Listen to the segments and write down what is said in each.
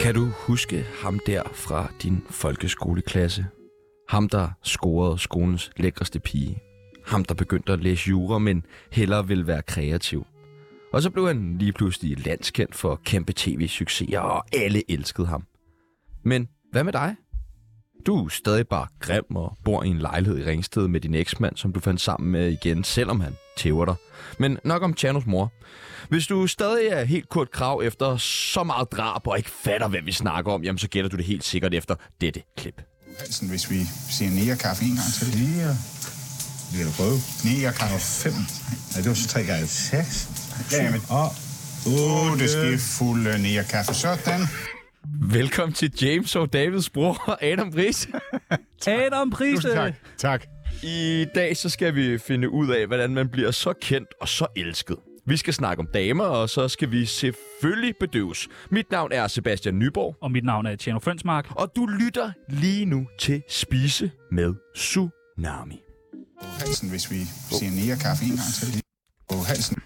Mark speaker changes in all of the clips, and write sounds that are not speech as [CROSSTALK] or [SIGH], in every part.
Speaker 1: Kan du huske ham der fra din folkeskoleklasse? Ham, der scorede skolens lækreste pige. Ham, der begyndte at læse jura, men hellere ville være kreativ. Og så blev han lige pludselig landskendt for kæmpe tv-succeser, og alle elskede ham. Men hvad med dig? Du er stadig bare grim og bor i en lejlighed i Ringsted med din eksmand, som du fandt sammen med igen, selvom han tæver dig. Men nok om Chanos mor. Hvis du stadig er helt kort krav efter så meget drab og ikke fatter, hvad vi snakker om, jamen så gætter du det helt sikkert efter dette klip.
Speaker 2: Hansen, hvis vi siger nære kaffe en gang til.
Speaker 3: Lige Det kan du prøve.
Speaker 2: Nære kaffe.
Speaker 3: Fem. Nej, det var så tre gange seks.
Speaker 2: Ja, jamen.
Speaker 3: Og
Speaker 2: Otte skefulde nære kaffe. Sådan.
Speaker 1: Velkommen til James og Davids bror, [LAUGHS] Adam Brice.
Speaker 4: Adam Prise.
Speaker 2: Tak.
Speaker 1: I dag så skal vi finde ud af, hvordan man bliver så kendt og så elsket. Vi skal snakke om damer, og så skal vi selvfølgelig bedøves. Mit navn er Sebastian Nyborg,
Speaker 4: Og mit navn er Tjerno Frønsmark.
Speaker 1: og du lytter lige nu til Spise med Tsunami.
Speaker 2: Hansen, hvis vi siger nære kaffe en gang til. Og Hansen.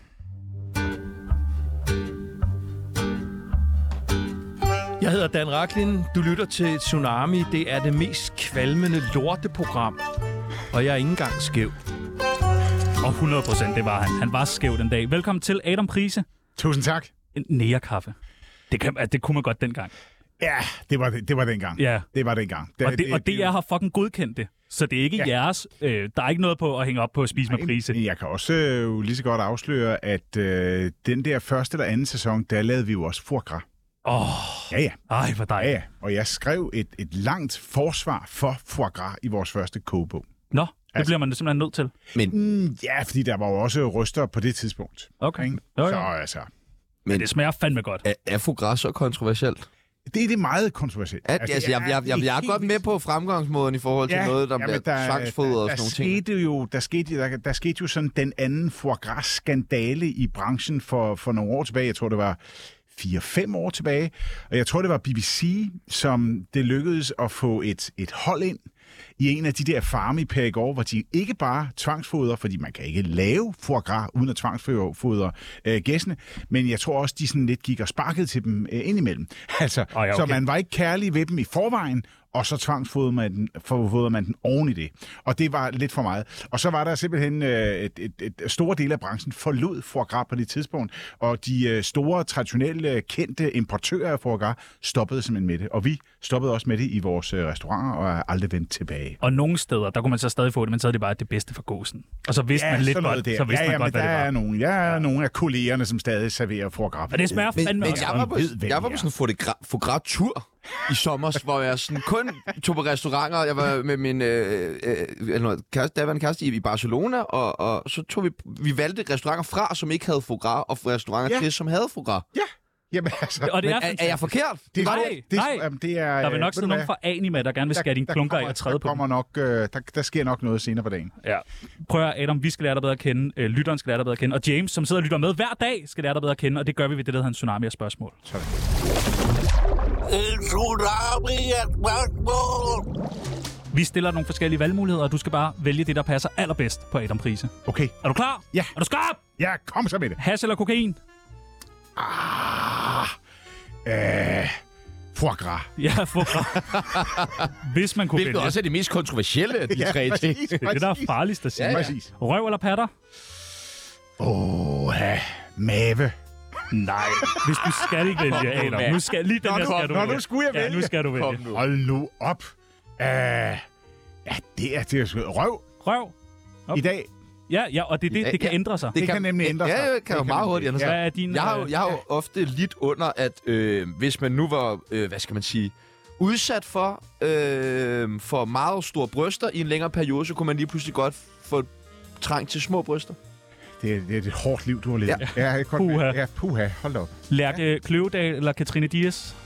Speaker 5: Jeg hedder Dan Raklin. Du lytter til Tsunami. Det er det mest kvalmende lorteprogram. Og jeg er ikke engang skæv.
Speaker 4: Og 100 procent, det var han. Han var skæv den dag. Velkommen til Adam Prise.
Speaker 6: Tusind tak.
Speaker 4: En Nærekaffe. Det, kan, altså, det kunne man godt dengang.
Speaker 6: Ja, det var, det var dengang.
Speaker 4: Ja.
Speaker 6: Det var dengang.
Speaker 4: Og, det, og DR har fucking godkendt det. Så det er ikke ja.
Speaker 6: Ja.
Speaker 4: jeres. Øh, der er ikke noget på at hænge op på at spise med prise.
Speaker 6: Jeg kan også øh, jo lige så godt afsløre, at øh, den der første eller anden sæson, der lavede vi jo også forgra.
Speaker 4: Åh, oh,
Speaker 6: Ja, ja.
Speaker 4: ej, hvor
Speaker 6: ja,
Speaker 4: dejligt.
Speaker 6: ja. Og jeg skrev et, et langt forsvar for foie gras i vores første kogebog.
Speaker 4: Nå, det altså, bliver man simpelthen nødt til.
Speaker 6: Mm, ja, fordi der var jo også ryster på det tidspunkt.
Speaker 4: Okay.
Speaker 6: Ikke?
Speaker 4: Jo,
Speaker 6: Så
Speaker 4: jo.
Speaker 6: altså,
Speaker 4: Men det smager fandme godt.
Speaker 1: Er, er Fugras så kontroversielt?
Speaker 6: det, det er meget kontroversielt.
Speaker 1: At, altså, jeg, jeg, jeg, jeg er godt med på fremgangsmåden i forhold til ja, noget, der bliver tvangsfodret og sådan nogle ting.
Speaker 6: skete Jo, der, skete, der, der skete jo sådan den anden foie gras-skandale i branchen for, for nogle år tilbage. Jeg tror, det var 4-5 år tilbage. Og jeg tror, det var BBC, som det lykkedes at få et, et hold ind i en af de der farme i Perigord, hvor de ikke bare tvangsfoder, fordi man kan ikke lave foie gras uden at tvangsfodre øh, gæstene, men jeg tror også, de sådan lidt gik og sparkede til dem øh, indimellem. [LAUGHS] Altså,
Speaker 4: Ej,
Speaker 6: så
Speaker 4: okay.
Speaker 6: man var ikke kærlig ved dem i forvejen, og så tvangsfodrede man den, forfodrede man den oven i det. Og det var lidt for meget. Og så var der simpelthen øh, et, et, et store del af branchen forlod foie gras på det tidspunkt, og de øh, store, traditionelle, øh, kendte importører af foie gras stoppede simpelthen med det. Og vi stoppede også med det i vores øh, restauranter og er aldrig vendt tilbage.
Speaker 4: Og nogle steder, der kunne man så stadig få det, men så er det bare det bedste for gåsen. Og så vidste man lidt
Speaker 6: sådan noget
Speaker 4: godt,
Speaker 6: der.
Speaker 4: så vidste
Speaker 6: ja,
Speaker 4: man
Speaker 6: ja,
Speaker 4: godt,
Speaker 6: men
Speaker 4: hvad
Speaker 6: der
Speaker 4: det
Speaker 6: er
Speaker 4: var.
Speaker 6: nogen, ja, ja. nogen af kollegerne, som stadig serverer foie gras.
Speaker 4: Og det smager
Speaker 1: Men,
Speaker 4: fandme
Speaker 1: men
Speaker 4: også
Speaker 1: jeg
Speaker 4: godt.
Speaker 1: var på,
Speaker 6: ved, hvem
Speaker 1: jeg var
Speaker 6: I
Speaker 1: på
Speaker 6: er.
Speaker 1: sådan en fotogra- fotograftur i sommer, hvor jeg sådan kun tog på restauranter. Jeg var med min øh, øh, eller noget, kæreste, daværende kæreste i, i Barcelona, og, og så tog vi, vi valgte restauranter fra, som ikke havde foie gras, og restauranter ja.
Speaker 6: Ja.
Speaker 1: til, som havde foie gras.
Speaker 6: Jamen, altså,
Speaker 4: Og det
Speaker 1: Men
Speaker 4: er,
Speaker 1: er, er, jeg forkert?
Speaker 6: det,
Speaker 4: Nej,
Speaker 6: det, det,
Speaker 4: nej.
Speaker 6: Jamen, det er, øh,
Speaker 4: Der vil nok
Speaker 6: ved du
Speaker 4: sidde nogen
Speaker 6: hvad?
Speaker 4: fra Anima, der gerne vil skære dine klunker af og træde
Speaker 6: der
Speaker 4: på
Speaker 6: kommer
Speaker 4: dem.
Speaker 6: nok, øh, der, der sker nok noget senere på dagen.
Speaker 4: Ja. Prøv at høre, Adam, vi skal lære dig bedre at kende, øh, lytteren skal lære dig bedre at kende, og James, som sidder og lytter med hver dag, skal lære dig bedre at kende, og det gør vi ved det, der hedder en tsunami af spørgsmål. Vi stiller nogle forskellige valgmuligheder, og du skal bare vælge det, der passer allerbedst på Adam Prise.
Speaker 6: Okay.
Speaker 4: Er du klar?
Speaker 6: Ja.
Speaker 4: Er du skarp?
Speaker 6: Ja, kom så med det. Ah,
Speaker 4: Has eller kokain?
Speaker 6: Øh, foie gras.
Speaker 4: Ja, for
Speaker 1: [LAUGHS]
Speaker 4: Hvis man kunne
Speaker 1: Hvilket
Speaker 4: vælge.
Speaker 1: også er det mest kontroversielle af de
Speaker 6: Ja,
Speaker 1: tre ting.
Speaker 6: præcis,
Speaker 4: Det er det, der er
Speaker 6: præcis.
Speaker 4: farligst at sige.
Speaker 6: Ja, præcis.
Speaker 4: Røv eller patter?
Speaker 6: Åh, ja. Mave.
Speaker 4: Nej. Hvis du
Speaker 1: [LAUGHS]
Speaker 4: skal ikke vælge,
Speaker 1: Kom nu,
Speaker 4: Adam.
Speaker 1: mand.
Speaker 4: Nu skal, lige den
Speaker 6: Nå,
Speaker 4: der
Speaker 6: nu-
Speaker 4: skal du
Speaker 6: nå, nu
Speaker 4: vælge.
Speaker 6: skulle jeg
Speaker 4: Ja, nu
Speaker 6: vælge.
Speaker 4: skal du
Speaker 1: Kom
Speaker 4: vælge.
Speaker 1: nu.
Speaker 6: Hold nu op. Øh, ja, det er det er sgu- Røv
Speaker 4: Røv. Op.
Speaker 6: i dag.
Speaker 4: Ja, ja, og det, er det,
Speaker 1: Ja,
Speaker 4: det kan
Speaker 1: ja.
Speaker 4: ændre sig.
Speaker 6: Det kan nemlig ændre sig.
Speaker 1: Ja, det
Speaker 6: Det
Speaker 1: kan jo
Speaker 6: kan
Speaker 1: meget
Speaker 6: man-
Speaker 1: hurtigt ændre
Speaker 6: Ja.
Speaker 1: sig.
Speaker 4: Hvad er din...
Speaker 1: Jeg har, jo,
Speaker 4: øh,
Speaker 1: jeg har jo ofte lidt under, at øh, hvis man nu var, øh, hvad skal man sige, udsat for, øh, for meget store bryster i en længere periode, så kunne man lige pludselig godt få trang til små bryster.
Speaker 6: Det er, det er et hårdt liv, du har levet.
Speaker 1: Ja.
Speaker 6: Ja, jeg kan godt-
Speaker 4: Puha.
Speaker 6: ja puha. Hold da op.
Speaker 4: Lærke Kløvedal eller Katrine Dias?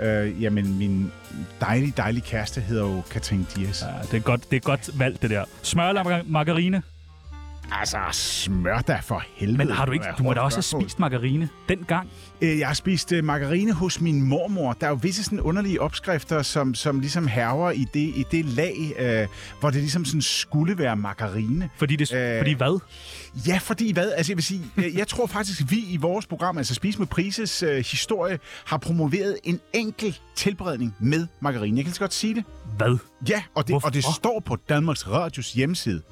Speaker 6: Øh, jamen, min dejlige, dejlige kæreste hedder jo Katrine Dias.
Speaker 4: Ja, det er godt, det er godt valgt, det der. Smør eller mar- margarine?
Speaker 6: Altså, smør dig for helvede.
Speaker 4: Men har du ikke,
Speaker 6: Det var
Speaker 4: du må
Speaker 6: et
Speaker 4: da
Speaker 6: hårdt
Speaker 4: også have
Speaker 6: spørgsmål.
Speaker 4: spist margarine dengang.
Speaker 6: Øh, Jeg har spist øh, margarine hos min mormor. Der er jo visse sådan underlige opskrifter, som, som ligesom herver i det, i det lag, øh, hvor det ligesom sådan skulle være margarine.
Speaker 4: Fordi, det, øh...
Speaker 6: Øh.
Speaker 4: fordi hvad?
Speaker 6: Ja, fordi hvad? Altså, jeg vil sige, øh, jeg tror faktisk, vi i vores program, altså Spis med Prises øh, historie, har promoveret en enkel tilberedning med margarine. Jeg kan lige så godt sige det.
Speaker 4: Hvad?
Speaker 6: Ja, og det, og det
Speaker 4: Hvorfor?
Speaker 6: står på Danmarks Radios hjemmeside.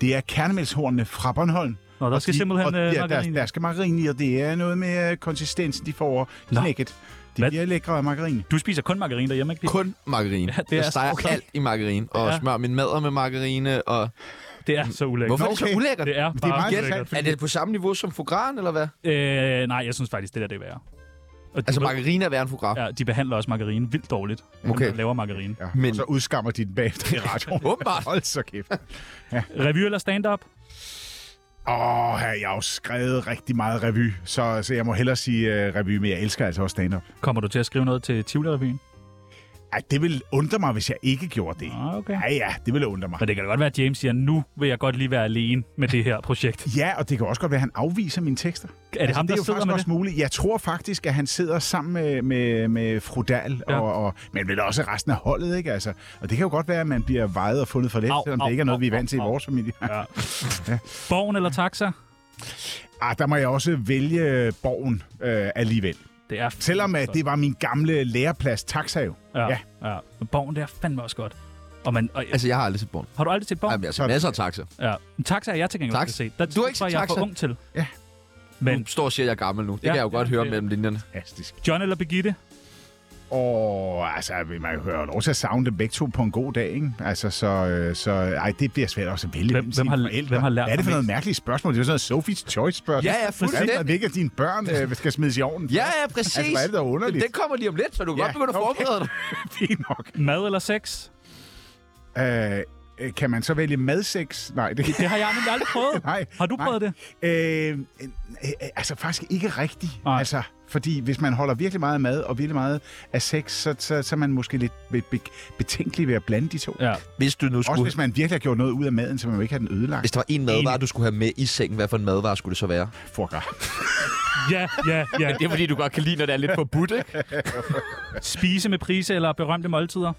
Speaker 6: Det er kernemælshornene fra Bornholm.
Speaker 4: Nå, der
Speaker 6: Og
Speaker 4: skal simpelthen,
Speaker 6: og,
Speaker 4: øh,
Speaker 6: ja, der,
Speaker 4: margarine i.
Speaker 6: der skal margarine i, og det er noget med øh, konsistensen, de får over
Speaker 4: Nå.
Speaker 6: knækket. Det
Speaker 4: Hvad?
Speaker 6: Hvad? bliver lækre af margarine.
Speaker 4: Du spiser kun margarine derhjemme, ikke?
Speaker 1: Kun margarine.
Speaker 4: Ja, det er
Speaker 1: jeg steger
Speaker 4: så klart.
Speaker 1: alt i margarine, og
Speaker 4: Ja.
Speaker 1: ja. smører min madder med margarine, og...
Speaker 4: Det er så ulækkert.
Speaker 1: Hvorfor okay. er det så ulækkert?
Speaker 4: Det er
Speaker 6: er
Speaker 4: bare
Speaker 6: meget
Speaker 1: Gæt,
Speaker 4: ulækkert.
Speaker 1: er det på samme niveau som fogran, eller hvad?
Speaker 4: Øh, nej, jeg synes faktisk, det der det er værre. Og de,
Speaker 1: Altså,
Speaker 4: ved-
Speaker 1: margarine er værre end fogran. Ja.
Speaker 4: ja, de behandler også margarine vildt dårligt, okay.
Speaker 1: Okay.
Speaker 4: når man laver margarine. Ja.
Speaker 6: Ja,
Speaker 1: Men-
Speaker 6: Men... Og så udskammer de den bagefter i radioen.
Speaker 1: Åbenbart.
Speaker 6: Hold så kæft.
Speaker 4: Revy eller stand-up?
Speaker 6: Åh, oh, jeg har jo skrevet rigtig meget revy, så, så jeg må hellere sige uh, revy, men jeg elsker altså også stand-up.
Speaker 4: Kommer du til at skrive noget til Tivoli-revyen?
Speaker 6: Ej, det ville undre mig, hvis jeg ikke gjorde det.
Speaker 4: Ah, okay.
Speaker 6: Ja, ja, det ville undre mig.
Speaker 4: Men det kan da godt være, at James siger, nu vil jeg godt lige være alene med det her projekt.
Speaker 6: Ja, og det kan også godt være, at han afviser mine tekster.
Speaker 4: det ham,
Speaker 6: Altså, det
Speaker 4: der
Speaker 6: er jo
Speaker 4: sidder
Speaker 6: faktisk
Speaker 4: med
Speaker 6: også
Speaker 4: det?
Speaker 6: muligt. Jeg tror faktisk, at han sidder sammen med, med, med Frudal,
Speaker 4: Ja.
Speaker 6: ja. og, og, men vel også resten af holdet, ikke? Altså, og det kan jo godt være, at man bliver vejet og fundet for let,
Speaker 4: Au,
Speaker 6: selvom
Speaker 4: au,
Speaker 6: det ikke er
Speaker 4: au,
Speaker 6: noget, vi er vant til i
Speaker 4: au,
Speaker 6: vores familie.
Speaker 4: Ja. Borgen eller taxa?
Speaker 6: Ah, der må jeg også vælge Borgen øh, alligevel.
Speaker 4: Det er
Speaker 6: Selvom at det var min gamle læreplads, Taxa jo.
Speaker 4: Ja, ja.
Speaker 6: ja.
Speaker 4: ja. Men Borgen, det er fandme også godt. Og man, og,
Speaker 1: Altså, jeg har aldrig set Born.
Speaker 4: har du aldrig set
Speaker 1: Nej,
Speaker 4: Borgen?
Speaker 1: men altså, masser af taxa.
Speaker 4: Ja. Men taxa er jeg til gengæld
Speaker 1: Taxa.
Speaker 4: aldrig set. Der,
Speaker 1: Du har ikke
Speaker 4: var
Speaker 1: set
Speaker 4: jeg for
Speaker 1: Taxa?
Speaker 4: ung til.
Speaker 6: Ja.
Speaker 1: Men...
Speaker 4: Men
Speaker 1: Du står og siger, at jeg er gammel nu. Det
Speaker 4: Ja,
Speaker 1: kan jeg jo godt
Speaker 4: ja,
Speaker 1: høre
Speaker 4: det-
Speaker 1: mellem linjerne.
Speaker 6: Fantastisk.
Speaker 4: John eller Birgitte?
Speaker 6: Og altså, man kan høre lov til at savne dem begge to på en god dag, ikke? Altså, så, øh, så ej, det bliver svært også at vælge.
Speaker 4: Hvem-
Speaker 6: mellem
Speaker 4: hvem
Speaker 6: sine
Speaker 4: har-
Speaker 6: forældre.
Speaker 4: hvem har lært
Speaker 6: Hvad er det
Speaker 4: ham
Speaker 6: for noget
Speaker 4: mest?
Speaker 6: mærkeligt spørgsmål? Det er jo sådan noget Sophie's Choice-spørgsmål.
Speaker 1: Ja, ja, fuldstændig.
Speaker 6: Hvad Altså, er det, ikke, at dine børn øh, skal smides i ovnen?
Speaker 1: Ja, ja, præcis.
Speaker 6: Altså, hvor er det da underligt.
Speaker 1: Den kommer lige om lidt, så du kan
Speaker 6: Ja,
Speaker 1: godt begynde at
Speaker 6: okay.
Speaker 1: forberede dig.
Speaker 6: Fint nok.
Speaker 4: Mad eller sex?
Speaker 6: Øh, øh, kan man så vælge madsex? Nej, det kan
Speaker 4: [LAUGHS] Det har jeg nemlig aldrig
Speaker 6: [LAUGHS]
Speaker 4: prøvet.
Speaker 6: Nej,
Speaker 4: har du
Speaker 6: nej.
Speaker 4: prøvet det?
Speaker 6: Øh, øh, øh, altså faktisk ikke rigtigt.
Speaker 4: Nej.
Speaker 6: Altså, fordi hvis man holder virkelig meget af mad og virkelig meget af sex, så, så, så er man måske lidt be, be, betænkelig ved at blande de to.
Speaker 4: Ja.
Speaker 1: Hvis du nu
Speaker 6: Også
Speaker 1: skulle...
Speaker 6: hvis man virkelig har gjort noget ud af maden, så man jo ikke har den ødelagt.
Speaker 1: Hvis der var en madvare, du skulle have med i sengen, hvad for en madvare skulle det så være?
Speaker 6: Fuck off.
Speaker 4: Ja, ja, ja.
Speaker 1: Det er fordi, du godt kan lide, når det er lidt forbudt, ikke?
Speaker 4: [LAUGHS] Spise med prise eller berømte måltider?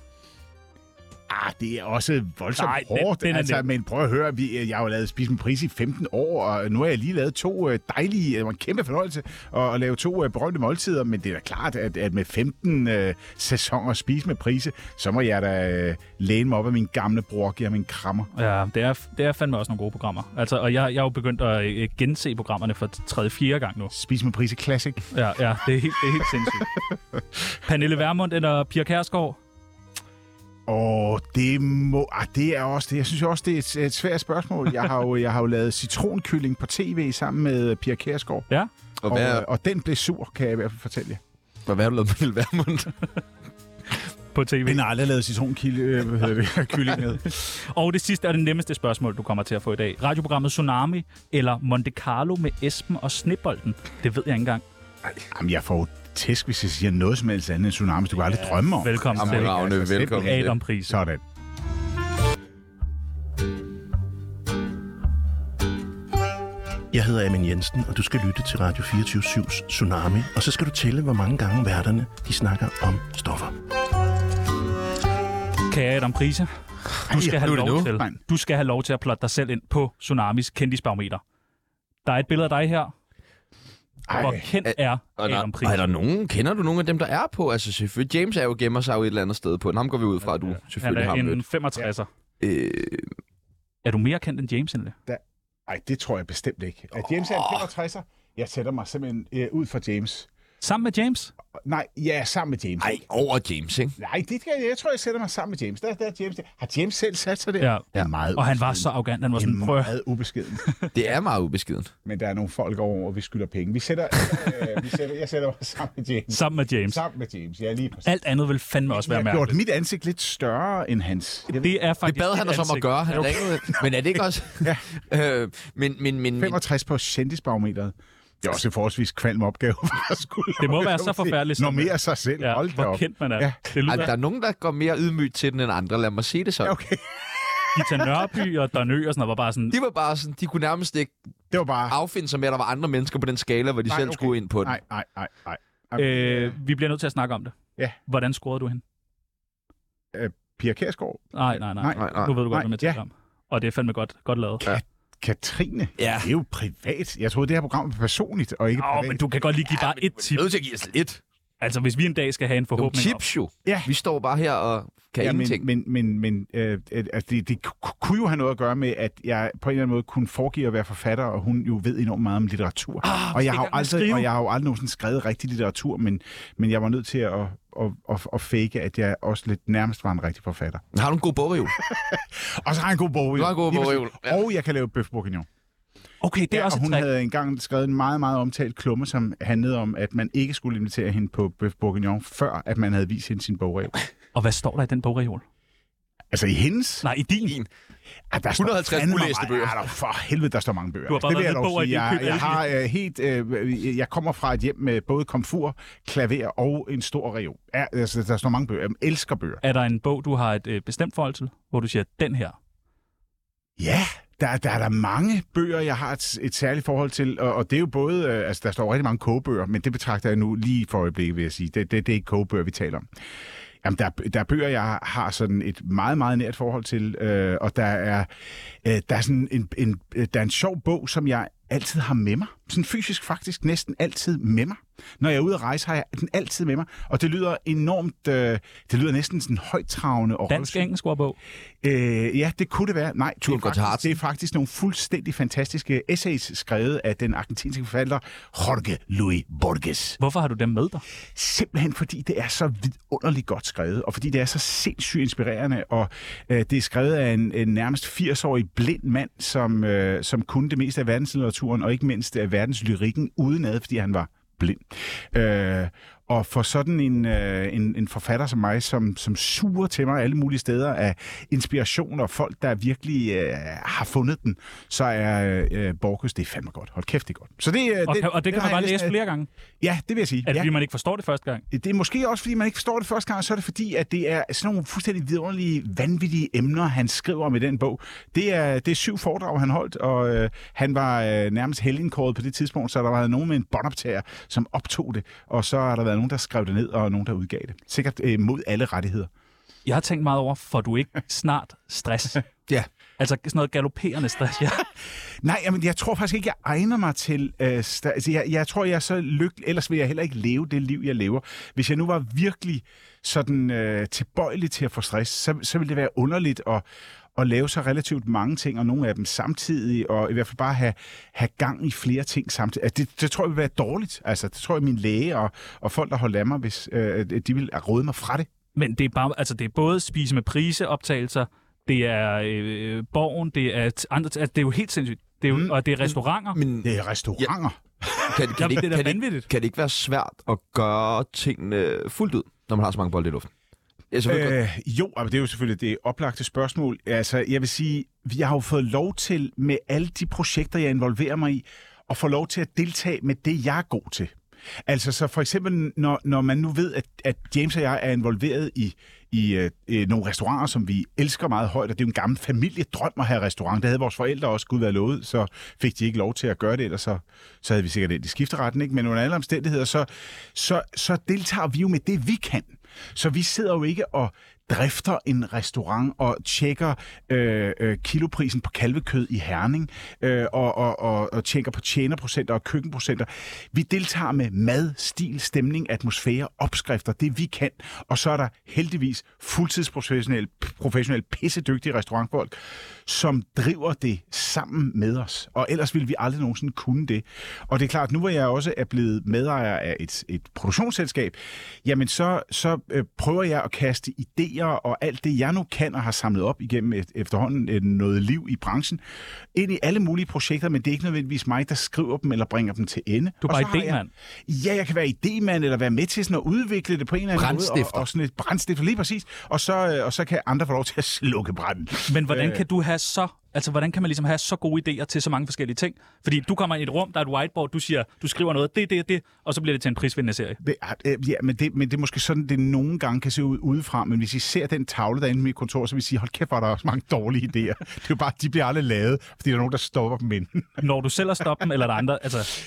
Speaker 6: Ah, det er også voldsomt
Speaker 4: Nej,
Speaker 6: Nej,
Speaker 4: den-
Speaker 6: hårdt.
Speaker 4: den er
Speaker 6: altså,
Speaker 4: nem.
Speaker 6: men prøv at høre, vi, jeg har jo lavet Spis med Pris i 15 år, og nu har jeg lige lavet to øh, dejlige, det var en kæmpe fornøjelse at, at lave to øh, berømte måltider, men det er da klart, at, at med 15 øh, sæsoner Spis med Prise, så må jeg da øh, læne mig op af min gamle bror og give ham en krammer.
Speaker 4: Ja, det er, det er fandme også nogle gode programmer. Altså, og jeg, jeg er jo begyndt at øh, gense programmerne for tredje, fjerde gang nu.
Speaker 6: Spis med Prise Classic.
Speaker 4: Ja, ja, det er helt, det er helt sindssygt.
Speaker 1: [LAUGHS]
Speaker 4: Pernille Vermund eller Pia Kærsgaard?
Speaker 6: Og det må... Ah, det er også det. Jeg synes jo også, det er et, et svært spørgsmål. Jeg har, jo, [LAUGHS] jeg har jo lavet citronkylling på tv sammen med øh, Pia Kærsgaard.
Speaker 4: Ja.
Speaker 1: Og
Speaker 6: Og, øh,
Speaker 1: hvad,
Speaker 6: og, og den blev sur, kan jeg i hvert fald fortælle jer.
Speaker 1: og hvad har du lavet med Pernille Vermund?
Speaker 4: På tv.
Speaker 6: har aldrig lavet citronkilde, øh, hvad hedder det, [LAUGHS] kylling med.
Speaker 4: Og det sidste og det nemmeste spørgsmål, du kommer til at få i dag. Radioprogrammet Tsunami eller Monte Carlo med Esben og Snebolden? Det ved jeg ikke engang.
Speaker 6: Jamen, jeg får jo tæsk, hvis jeg siger noget som helst andet end tsunami. Du kan aldrig drømme om.
Speaker 4: Velkommen
Speaker 1: Jamen,
Speaker 4: til
Speaker 1: Ravne,
Speaker 6: altså,
Speaker 1: velkommen til.
Speaker 4: Adam Pris.
Speaker 6: Sådan.
Speaker 7: Jeg hedder Amin Jensen, og du skal lytte til Radio 24-7's Tsunami. Og så skal du tælle, hvor mange gange værterne de snakker om stoffer.
Speaker 4: Kære Adam Prise, du skal, have
Speaker 1: nu er det
Speaker 4: lov
Speaker 1: nu.
Speaker 4: til,
Speaker 6: Mand.
Speaker 4: du skal have lov til at plotte dig selv ind på Tsunamis kendisbarometer. Der er et billede af dig her. Ej, hvor kendt er
Speaker 1: Og der,
Speaker 4: Adam Prise?
Speaker 1: og er der nogen? Kender du nogen af dem, der er på? Altså selvfølgelig, James er jo gemmer sig jo et eller andet sted på. den. Ham går vi ud fra, at du
Speaker 4: Han
Speaker 1: selvfølgelig
Speaker 4: er
Speaker 1: har
Speaker 4: en
Speaker 1: mødt.
Speaker 4: 65'er.
Speaker 1: Øh,
Speaker 4: Er du mere kendt end James endelig?
Speaker 6: Nej, det tror jeg bestemt ikke. At James er en 65'er. Jeg sætter mig simpelthen øh, ud for James.
Speaker 4: Sammen med James?
Speaker 6: Nej, jeg er sammen med James.
Speaker 1: ej, over James, ikke?
Speaker 6: Nej, det kan jeg. Jeg tror, jeg sætter mig sammen med James. Der, der er James. Der. Har James selv sat sig der?
Speaker 4: Ja.
Speaker 6: Det er meget
Speaker 4: Og han var så arrogant, han var sådan, prøv at-
Speaker 6: meget [LAUGHS] ubeskeden.
Speaker 1: Det er meget ubeskeden.
Speaker 6: Men der er nogle folk over, og vi skylder penge. Vi [LAUGHS] sætter, øh, vi sætter, jeg sætter mig sammen med James.
Speaker 4: Sammen med James.
Speaker 6: Sammen med James, ja lige præcis.
Speaker 4: Alt andet vil fandme også være
Speaker 6: Jeg har gjort
Speaker 4: mærkeligt.
Speaker 6: mit ansigt lidt større end hans. Jeg
Speaker 4: Det er
Speaker 1: Det
Speaker 4: faktisk
Speaker 1: bad han os
Speaker 4: dit
Speaker 1: om at
Speaker 4: ansigt.
Speaker 1: gøre. Han
Speaker 4: [LAUGHS]
Speaker 1: ringede. Men er det ikke også? [LAUGHS] øh, men, men, men, men,
Speaker 6: 65 på kendisbarometeret. Det er også en forholdsvis kvalm opgave. [LAUGHS] for at skulle-
Speaker 4: Det må være så forfærdeligt, som-
Speaker 6: Normere sig selv.
Speaker 4: Ja,
Speaker 6: Ja, Hold da
Speaker 4: hvor
Speaker 6: op.
Speaker 4: kendt man er.
Speaker 6: Ja.
Speaker 4: Det
Speaker 1: ej,
Speaker 4: lyder
Speaker 1: der er nogen, der går mere ydmygt til den end andre. Lad mig sige det så.
Speaker 6: Okay.
Speaker 4: Gita Nørby og Don Ø og sådan noget, var bare sådan...
Speaker 1: De var bare sådan, de kunne nærmest ikke
Speaker 6: Det var bare...
Speaker 1: affinde sig med, at der var andre mennesker på den skala, hvor de
Speaker 6: Nej,
Speaker 1: selv
Speaker 6: okay.
Speaker 1: skulle ind på den.
Speaker 6: Nej, nej, nej, nej.
Speaker 4: Øh, vi bliver nødt til at snakke om det.
Speaker 6: Ja.
Speaker 4: Hvordan scorede du hende?
Speaker 6: Pia Kærsgaard?
Speaker 4: Nej, nej, nej.
Speaker 6: Nej,
Speaker 1: nej, nej.
Speaker 4: Nu ved du
Speaker 6: Nej,
Speaker 4: godt, hvad jeg tænker
Speaker 6: ja.
Speaker 4: om. Og det er fandme godt, godt lavet.
Speaker 1: Ja.
Speaker 6: Katrine?
Speaker 1: Ja.
Speaker 6: Det er jo privat. Jeg troede, det her program var personligt og ikke
Speaker 4: Åh,
Speaker 6: privat.
Speaker 4: men du kan godt lige give bare et tip.
Speaker 1: er nødt til at give os lidt.
Speaker 4: Altså, hvis vi en dag skal have en
Speaker 1: Nogle
Speaker 4: forhåbning op.
Speaker 1: tips jo.
Speaker 6: Ja.
Speaker 1: Vi står bare her og kan ja,
Speaker 6: ja,
Speaker 1: ingenting.
Speaker 6: men, men, men, men øh, altså, det, det ku- kunne jo have noget at gøre med, at jeg på en eller anden måde kunne foregive at være forfatter, og hun jo ved enormt meget om litteratur. Ah, og, jeg har jo aldrig, og jeg har jo aldrig nogensinde skrevet rigtig litteratur, men, men jeg var nødt til at, at, at, at fake, at jeg også lidt nærmest var en rigtig forfatter.
Speaker 1: Men... Har du en god bogreol?
Speaker 6: Og så har jeg en god bog.
Speaker 1: Du har en god boghjul, ja.
Speaker 6: Og jeg kan lave bøf bourguignon.
Speaker 4: Okay, det er
Speaker 6: Ja,
Speaker 4: også
Speaker 6: og
Speaker 4: et
Speaker 6: hun
Speaker 4: trick.
Speaker 6: havde engang skrevet en meget, meget omtalt klumme, som handlede om, at man ikke skulle invitere hende på bøf bourguignon, før at man havde vist hende sin bogreol.
Speaker 4: Og hvad står der i den bogreol?
Speaker 6: Altså i hendes?
Speaker 4: Nej, i din.
Speaker 1: Din.
Speaker 6: Ah, der står
Speaker 1: 150
Speaker 6: fandme
Speaker 1: ulæste
Speaker 6: meget-
Speaker 1: bøger.
Speaker 6: Ah, der, for helvede, der står mange bøger.
Speaker 4: Du har bare
Speaker 6: det vil
Speaker 4: været
Speaker 6: jeg
Speaker 4: lidt
Speaker 6: dog
Speaker 4: bog, at
Speaker 6: sige.
Speaker 4: de
Speaker 6: Jeg,
Speaker 4: købte
Speaker 6: jeg,
Speaker 4: alle
Speaker 6: har, øh, helt, øh, jeg kommer fra et hjem med både komfur, klaver og en stor reol. Ja, altså, der står mange bøger. Jeg elsker bøger.
Speaker 4: Er der en bog, du har et øh, bestemt forhold til, hvor du siger, den her?
Speaker 6: Ja, der, der er der mange bøger, jeg har et, et særligt forhold til, og, og det er jo både, øh, altså der står jo rigtig mange kogebøger, men det betragter jeg nu lige for øjeblikket, vil jeg sige. Det, det, det er ikke kogebøger, vi taler om. Jamen, der, er- der er bøger, jeg har sådan et meget, meget nært forhold til, øh, og der er, øh, der er sådan en, en, øh, der er en sjov bog, som jeg altid har med mig. Sådan fysisk faktisk næsten altid med mig. Når jeg er ude at rejse, har jeg den altid med mig, og det lyder enormt, øh, det lyder næsten sådan højtravende og
Speaker 4: Dansk
Speaker 6: røvsygt.
Speaker 4: engelsk ordbog.
Speaker 6: Øh, ja, det kunne det være. Nej, det
Speaker 1: Turen
Speaker 6: er,
Speaker 1: går til
Speaker 6: faktisk,
Speaker 1: Harzen.
Speaker 6: det er faktisk nogle fuldstændig fantastiske essays, skrevet af den argentinske forfatter Jorge Luis Borges.
Speaker 4: Hvorfor har du dem med dig?
Speaker 6: Simpelthen fordi det er så vidunderligt godt skrevet, og fordi det er så sindssygt inspirerende, og øh, det er skrevet af en, en nærmest 80-årig blind mand, som, øh, som kunne det meste af verdenslitteraturen, og ikke mindst af verdenslyrikken udenad, fordi han var blind. Øh, og for sådan en, øh, en, en forfatter som mig, som, som suger til mig alle mulige steder af inspiration og folk, der virkelig øh, har fundet den, så er øh, Borges, det er fandme godt. Hold kæft, det er godt. Så det, øh,
Speaker 4: Og, det, og det kan
Speaker 6: har
Speaker 4: man bare
Speaker 6: jeg
Speaker 4: læse
Speaker 6: næsten-
Speaker 4: flere gange.
Speaker 6: Ja, det vil jeg sige.
Speaker 4: Er det,
Speaker 6: ja.
Speaker 4: fordi man ikke forstår det første gang?
Speaker 6: Det er måske også, fordi man ikke forstår det første gang, så er det fordi, at det er sådan nogle fuldstændig vidunderlige, vanvittige emner, han skriver om i den bog. Det er, det er syv foredrag, han holdt, og øh, han var øh, nærmest helgenkåret på det tidspunkt, så der var nogen med en båndoptager, som optog det, og så har der været nogen, der skrev det ned, og nogen, der udgav det. Sikkert øh, mod alle rettigheder.
Speaker 4: Jeg har tænkt meget over, får du ikke snart stress?
Speaker 1: Ja.
Speaker 4: Altså sådan noget galopperende stress. Ja.
Speaker 6: Nej, jamen, jeg tror faktisk ikke, jeg egner mig til... Øh, sta- altså, jeg, jeg tror, jeg er så lykkelig, ellers vil jeg heller ikke leve det liv, jeg lever. Hvis jeg nu var virkelig sådan øh, tilbøjelig til at få stress, så, så ville det være underligt at, at lave så relativt mange ting, og nogle af dem samtidig, og i hvert fald bare have, have gang i flere ting samtidig. Altså, det, det tror jeg vil være dårligt. Altså, det tror jeg, min læge og, og folk, der holder af mig, hvis, øh, de vil råde mig fra det.
Speaker 4: Men det er, bare, altså, det er både spise med prise optagelser, det er øh, borgen, det er t- andre, altså, det er jo helt sindssygt. Det er jo, mm. Og det er restauranter.
Speaker 1: Men
Speaker 6: Det er restauranter.
Speaker 1: kan, kan,
Speaker 4: Jamen,
Speaker 1: det,
Speaker 4: det
Speaker 1: ikke,
Speaker 4: er da
Speaker 1: kan, det, ikke-
Speaker 4: vanvittigt.
Speaker 1: kan det ikke være svært at gøre tingene fuldt ud, når man har så mange bolde i luften? Jeg øh,
Speaker 6: Øh, jo, og det er jo selvfølgelig det oplagte spørgsmål. Altså, jeg vil sige, jeg har jo fået lov til med alle de projekter, jeg involverer mig i, at få lov til at deltage med det, jeg er god til. Altså, så for eksempel, når, når man nu ved, at, at James og jeg er involveret i, i øh, øh, nogle restauranter, som vi elsker meget højt, og det er jo en gammel familiedrøm at have restaurant. Det havde vores forældre også, gud være lovet, så fik de ikke lov til at gøre det, ellers så, så havde vi sikkert endt i skifteretten, ikke? Men under alle omstændigheder, så, så, så deltager vi jo med det, vi kan. Så vi sidder jo ikke og drifter en restaurant og tjekker øh, øh, kiloprisen på kalvekød i Herning øh, og, og, og, og tjekker på tjenerprocenter og køkkenprocenter. Vi deltager med mad, stil, stemning, atmosfære, opskrifter, det vi kan. Og så er der heldigvis fuldtidsprofessionelle, professionelle, pissedygtige restaurantfolk, som driver det sammen med os. Og ellers ville vi aldrig nogensinde kunne det. Og det er klart, nu hvor jeg også er blevet medejer af et, et produktionsselskab, jamen så, så øh, prøver jeg at kaste idéer og alt det, jeg nu kan og har samlet op igennem et, efterhånden et, noget liv i branchen, ind i alle mulige projekter, men det er ikke nødvendigvis mig, der skriver dem eller bringer dem til ende.
Speaker 4: Du er
Speaker 6: Og
Speaker 4: bare
Speaker 6: så har jeg-
Speaker 4: idémand.
Speaker 6: Ja, jeg kan være idémand eller være med til sådan at udvikle det på en eller anden måde.
Speaker 1: Brandstifter.
Speaker 6: Og, og sådan et brændstifter, lige præcis. Og så, øh, og så kan andre få lov til at slukke branden.
Speaker 4: Men hvordan kan du have så Altså, hvordan kan man ligesom have så gode idéer til så mange forskellige ting? Fordi du kommer ind i et rum, der er et whiteboard, du siger, du skriver noget, det, det og det, og så bliver det til en prisvindende serie.
Speaker 6: Det, er- øh, ja, men det, men det er måske sådan, det nogle gange kan se ud udefra, men hvis I ser den tavle, der er inde i mit kontor, så vil I sige, hold kæft, hvor er der også mange dårlige idéer. [LAUGHS] Det er jo bare, de bliver aldrig lavet, fordi der er nogen, der stopper dem inden. [LAUGHS]
Speaker 4: Når du selv har stoppet dem, eller er der andre. Altså,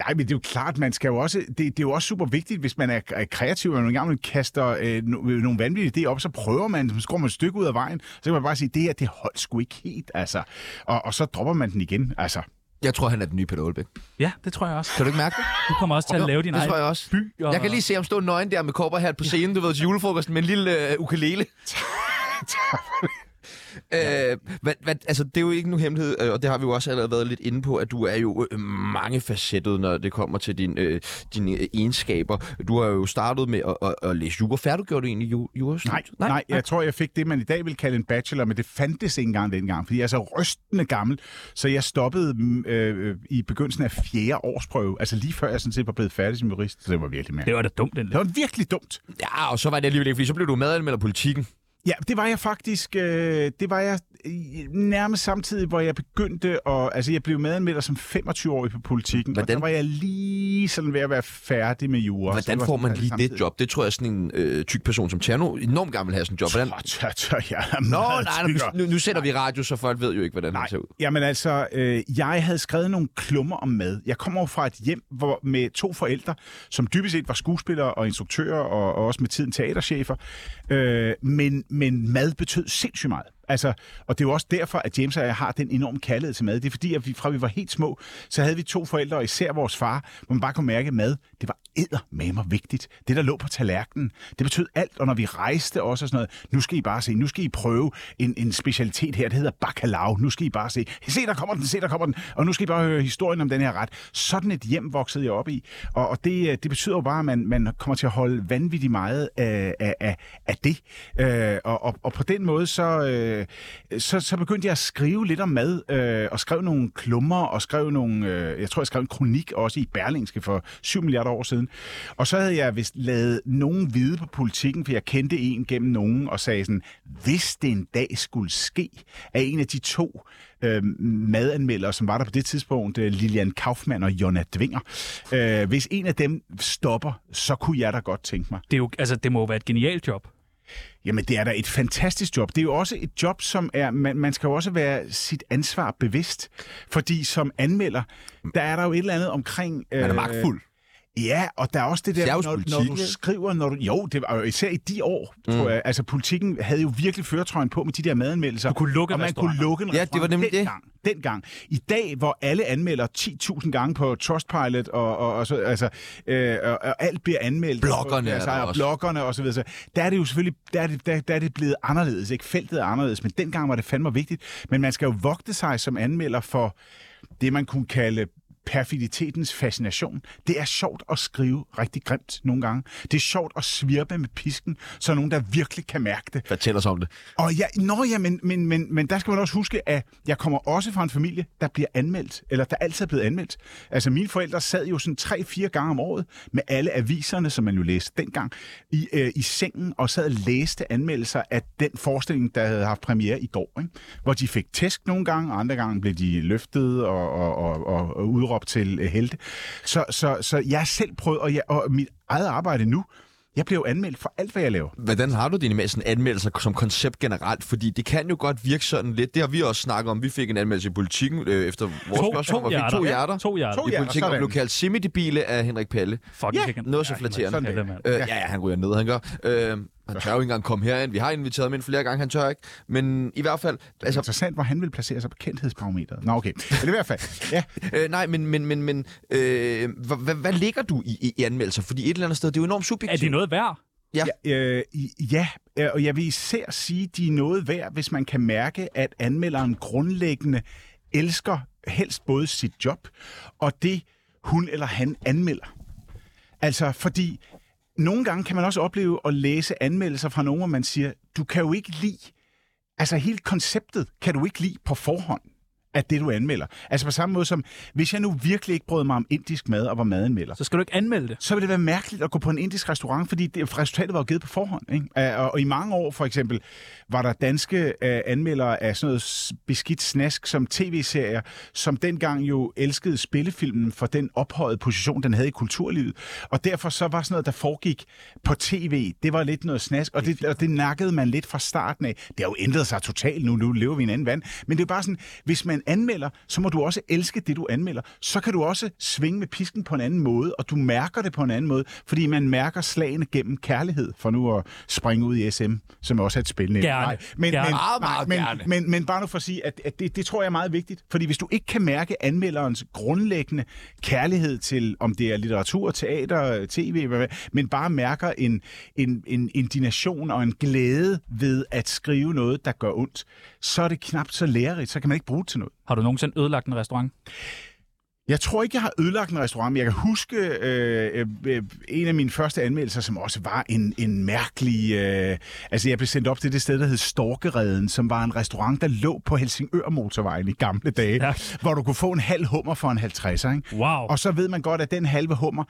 Speaker 6: Nej, men det er jo klart, man skal jo også, det, det er jo også super vigtigt, hvis man er, er kreativ, og man engang kaster øh, no, øh, nogle vanvittige idéer op, så prøver man, så går man et stykke ud af vejen, så kan man bare sige, det her, det holdt sgu ikke helt, altså. Og, og så dropper man den igen, altså.
Speaker 1: Jeg tror, han er den nye Peter Olbæk.
Speaker 4: ja, det tror jeg også.
Speaker 1: Kan du ikke mærke det?
Speaker 4: Du kommer også til at lave din
Speaker 1: det
Speaker 4: egen
Speaker 1: tror jeg også.
Speaker 4: by. Og...
Speaker 1: Jeg kan lige se ham stå nøgen der med kobberhat på scenen, du ved, til julefrokosten med en lille øh, ukulele. [LAUGHS] Øh, hvad, hvad, altså, det er jo ikke nogen hemmelighed, øh, og det har vi jo også allerede været lidt inde på, at du er jo øh, mange facettet, når det kommer til din, øh, dine øh, egenskaber. Du har jo startet med at, at, at læse jura. Færdiggjorde du egentlig ju- jura?
Speaker 6: Nej, nej, nej, jeg tror, jeg fik det, man i dag vil kalde en bachelor, men det fandtes ikke engang dengang, fordi jeg er så rystende gammel, så jeg stoppede mm, øh, øh, i begyndelsen af fjerde årsprøve, altså lige før jeg sådan set var blevet færdig som jurist, så det var virkelig mærkeligt.
Speaker 4: Det var da dumt, den
Speaker 6: Det var virkelig dumt.
Speaker 1: Ja, og så var det alligevel ikke, fordi så blev du madanmelder politikken.
Speaker 6: Ja, det var jeg faktisk. Øh, det var jeg øh, nærmest samtidig, hvor jeg begyndte at... Altså, jeg blev medanmelder som 25-årig på politikken, og
Speaker 1: Hvordan-
Speaker 6: der var jeg lige sådan ved at være færdig med jura. så det
Speaker 1: Hvordan
Speaker 6: var
Speaker 1: får
Speaker 6: sådan ligesom
Speaker 1: man
Speaker 6: alt
Speaker 1: lige det
Speaker 6: samtidig.
Speaker 1: job? Det tror jeg sådan en øh, tyk person som Tjerno enormt gerne vil have sådan en job. Hvordan?
Speaker 6: Åh, [LAUGHS] tør, tør, jeg er
Speaker 1: Nå,
Speaker 6: meget
Speaker 1: nej, nej,
Speaker 6: tykkere.
Speaker 1: nu, nu sætter vi radio, så folk ved jo ikke, hvordan han ser ud.
Speaker 6: Jamen altså, øh, jeg havde skrevet nogle klummer om mad. Jeg kommer jo fra et hjem hvor, med to forældre, som dybest set var skuespillere og instruktører, og, og også med tiden teaterchefer. Øh, men, men mad betød sindssygt meget. Altså, og det er jo også derfor, at James og jeg har den enorme kærlighed til mad. Det er fordi, at vi, fra vi var helt små, så havde vi to forældre, og især vores far, hvor man bare kunne mærke, at mad, det var eddermamer vigtigt. Det, der lå på tallerkenen, det betød alt, og når vi rejste også og sådan noget, nu skal I bare se, nu skal I prøve en, en specialitet her, det hedder bacalao, nu skal I bare se, se der kommer den, se der kommer den, og nu skal I bare høre historien om den her ret. Sådan et hjem voksede jeg op i, og, og det, øh, det betyder jo bare, at man, man kommer til at holde vanvittigt meget af, af, af, af det, øh, og, og, og på den måde, så, øh, så, så begyndte jeg at skrive lidt om mad, øh, og skrev nogle klummer, og skrev nogle, øh, jeg tror, jeg skrev en kronik også i Berlingske for 7 milliarder år siden. Og så havde jeg vist lavet nogen vide på politikken, for jeg kendte en gennem nogen, og sagde sådan, hvis det en dag skulle ske, at en af de to øh, madanmeldere, som var der på det tidspunkt, øh, Lilian Kaufmann og Jonna Dvinger, øh, hvis en af dem stopper, så kunne jeg da godt tænke mig,
Speaker 4: Det, er jo, altså, det må jo være et genialt job.
Speaker 6: Jamen, det er da et fantastisk job. Det er jo også et job, som er... Man, man skal jo også være sit ansvar bevidst. Fordi som anmelder, der er der jo et eller andet omkring... Øh,
Speaker 1: Man er magtfuld.
Speaker 6: Ja, og der er også det der,
Speaker 1: Servus
Speaker 6: når, når
Speaker 1: politik,
Speaker 6: du
Speaker 1: ikke?
Speaker 6: skriver... Når du, jo, det var jo især i de år, mm. tror jeg. Altså, politikken havde jo virkelig føretrøjen på med de der madanmeldelser. Du
Speaker 4: kunne lukke
Speaker 6: og man kunne
Speaker 4: restauranter.
Speaker 6: lukke en
Speaker 1: Ja, det var
Speaker 6: restaurant
Speaker 1: nemlig det.
Speaker 6: dengang, det. Dengang. I dag, hvor alle anmelder 10.000 gange på Trustpilot, og, og, og, så, altså, øh, og, og alt bliver anmeldt.
Speaker 1: Bloggerne
Speaker 6: altså,
Speaker 1: er der
Speaker 6: og
Speaker 1: også.
Speaker 6: bloggerne og så videre. Så der er det jo selvfølgelig der er det, der, der er det blevet anderledes, ikke? Feltet er anderledes, men dengang var det fandme vigtigt. Men man skal jo vogte sig som anmelder for det, man kunne kalde perfiditetens fascination. Det er sjovt at skrive rigtig grimt nogle gange. Det er sjovt at svirpe med pisken, så nogen, der virkelig kan mærke det.
Speaker 1: Fortæl os om det.
Speaker 6: Og ja, nå ja, men, men, men, men der skal man også huske, at jeg kommer også fra en familie, der bliver anmeldt, eller der altid er blevet anmeldt. Altså mine forældre sad jo sådan tre-fire gange om året med alle aviserne, som man jo læste dengang, i, øh, i sengen og sad og læste anmeldelser af den forestilling, der havde haft premiere i går. Ikke? Hvor de fik tæsk nogle gange, og andre gange blev de løftet og, og, og, og, og udråbt til øh, helte. Så, så, så jeg har selv prøvet, og, jeg, og mit eget arbejde nu, jeg bliver jo anmeldt for alt, hvad jeg laver.
Speaker 1: Hvordan har du dine med sådan anmeldelser som koncept generelt? Fordi det kan jo godt virke sådan lidt. Det har vi også snakket om. Vi fik en anmeldelse i politikken øh, efter vores
Speaker 4: To-
Speaker 1: spørgsmål.
Speaker 4: to
Speaker 1: hvor vi fik
Speaker 4: hjerter.
Speaker 1: to hjerter.
Speaker 4: To hjerter.
Speaker 6: To
Speaker 1: I
Speaker 6: hjerter,
Speaker 1: politikken og
Speaker 6: sådan.
Speaker 1: blev kaldt semidebile af Henrik Palle.
Speaker 4: Fucking
Speaker 6: Ja,
Speaker 4: yeah.
Speaker 1: Noget så flatterende.
Speaker 6: sådan
Speaker 4: Ja, mand.
Speaker 1: Øh, ja, ja, han ryger ned, han gør. Øh, han tør jo ikke engang komme herind. Vi har inviteret ham ind flere gange, han tør ikke. Men i hvert fald... Altså,
Speaker 6: [LAUGHS] interessant, hvor han vil placere sig på kendthedsbarometeret. Nå, okay. Men det er i hvert fald. Ja,
Speaker 1: Øh, nej, men, men, men, men øh, hvad, hvad, hvad ligger du i, i, i anmeldelser? Fordi et eller andet sted, det er jo enormt
Speaker 4: Er
Speaker 1: subjektivt.
Speaker 4: det noget værd?
Speaker 6: ja, øh, i- ja, øh, og jeg vil især sige, de er noget værd, hvis man kan mærke, at anmelderen grundlæggende elsker helst både sit job og det, hun eller han anmelder. Altså, fordi nogle gange kan man også opleve at læse anmeldelser fra nogen, hvor man siger, du kan jo ikke lide, altså hele konceptet kan du ikke lide på forhånd. af det, du anmelder. Altså på samme måde som, hvis jeg nu virkelig ikke brød mig om indisk mad og var madanmelder,
Speaker 4: Så skal du ikke anmelde det.
Speaker 6: så vil det være mærkeligt at gå på en indisk restaurant, fordi det, resultatet var jo givet på forhånd. Ikke? Øh, Og, og i mange år, for eksempel, var der danske øh, anmeldere af sådan noget s- beskidt snask som tv-serier, som dengang jo elskede spillefilmen for den ophøjede position, den havde i kulturlivet. Og derfor så var sådan noget, der foregik på tv, det var lidt noget snask, og det, og det nakkede man lidt fra starten af. Det har jo ændret sig totalt nu, nu lever vi i en anden vand. Men det er bare sådan, hvis man anmelder, så må du også elske det, du anmelder. Så kan du også svinge med pisken på en anden måde, og du mærker det på en anden måde, fordi man mærker slagene gennem kærlighed, for nu at springe ud i SM, som også er et spil.
Speaker 4: Gerne.
Speaker 6: Nej, men,
Speaker 4: Gerne.
Speaker 6: men,
Speaker 1: Meget, meget
Speaker 6: men,
Speaker 1: gerne.
Speaker 6: men, men bare nu for at sige, at, at det, det tror jeg er meget vigtigt. Fordi hvis du ikke kan mærke anmelderens grundlæggende kærlighed til, om det er litteratur, teater, tv, hvad, hvad, men bare mærker en, en, en indignation og en glæde ved at skrive noget, der gør ondt, så er det knap så lærerigt, så kan man ikke bruge det til noget.
Speaker 4: Har du nogensinde ødelagt en restaurant?
Speaker 6: Jeg tror ikke, jeg har ødelagt en restaurant, men jeg kan huske øh, øh, øh, en af mine første anmeldelser, som også var en, en mærkelig... Øh, altså, jeg blev sendt op til det sted, der hed Storkereden, som var en restaurant, der lå på Helsingør-motorvejen i gamle dage,
Speaker 4: Ja.
Speaker 6: ja. hvor du kunne få en halv hummer for en 50'er, ikke?
Speaker 4: Wow.
Speaker 6: Og så ved man godt, at den halve hummer,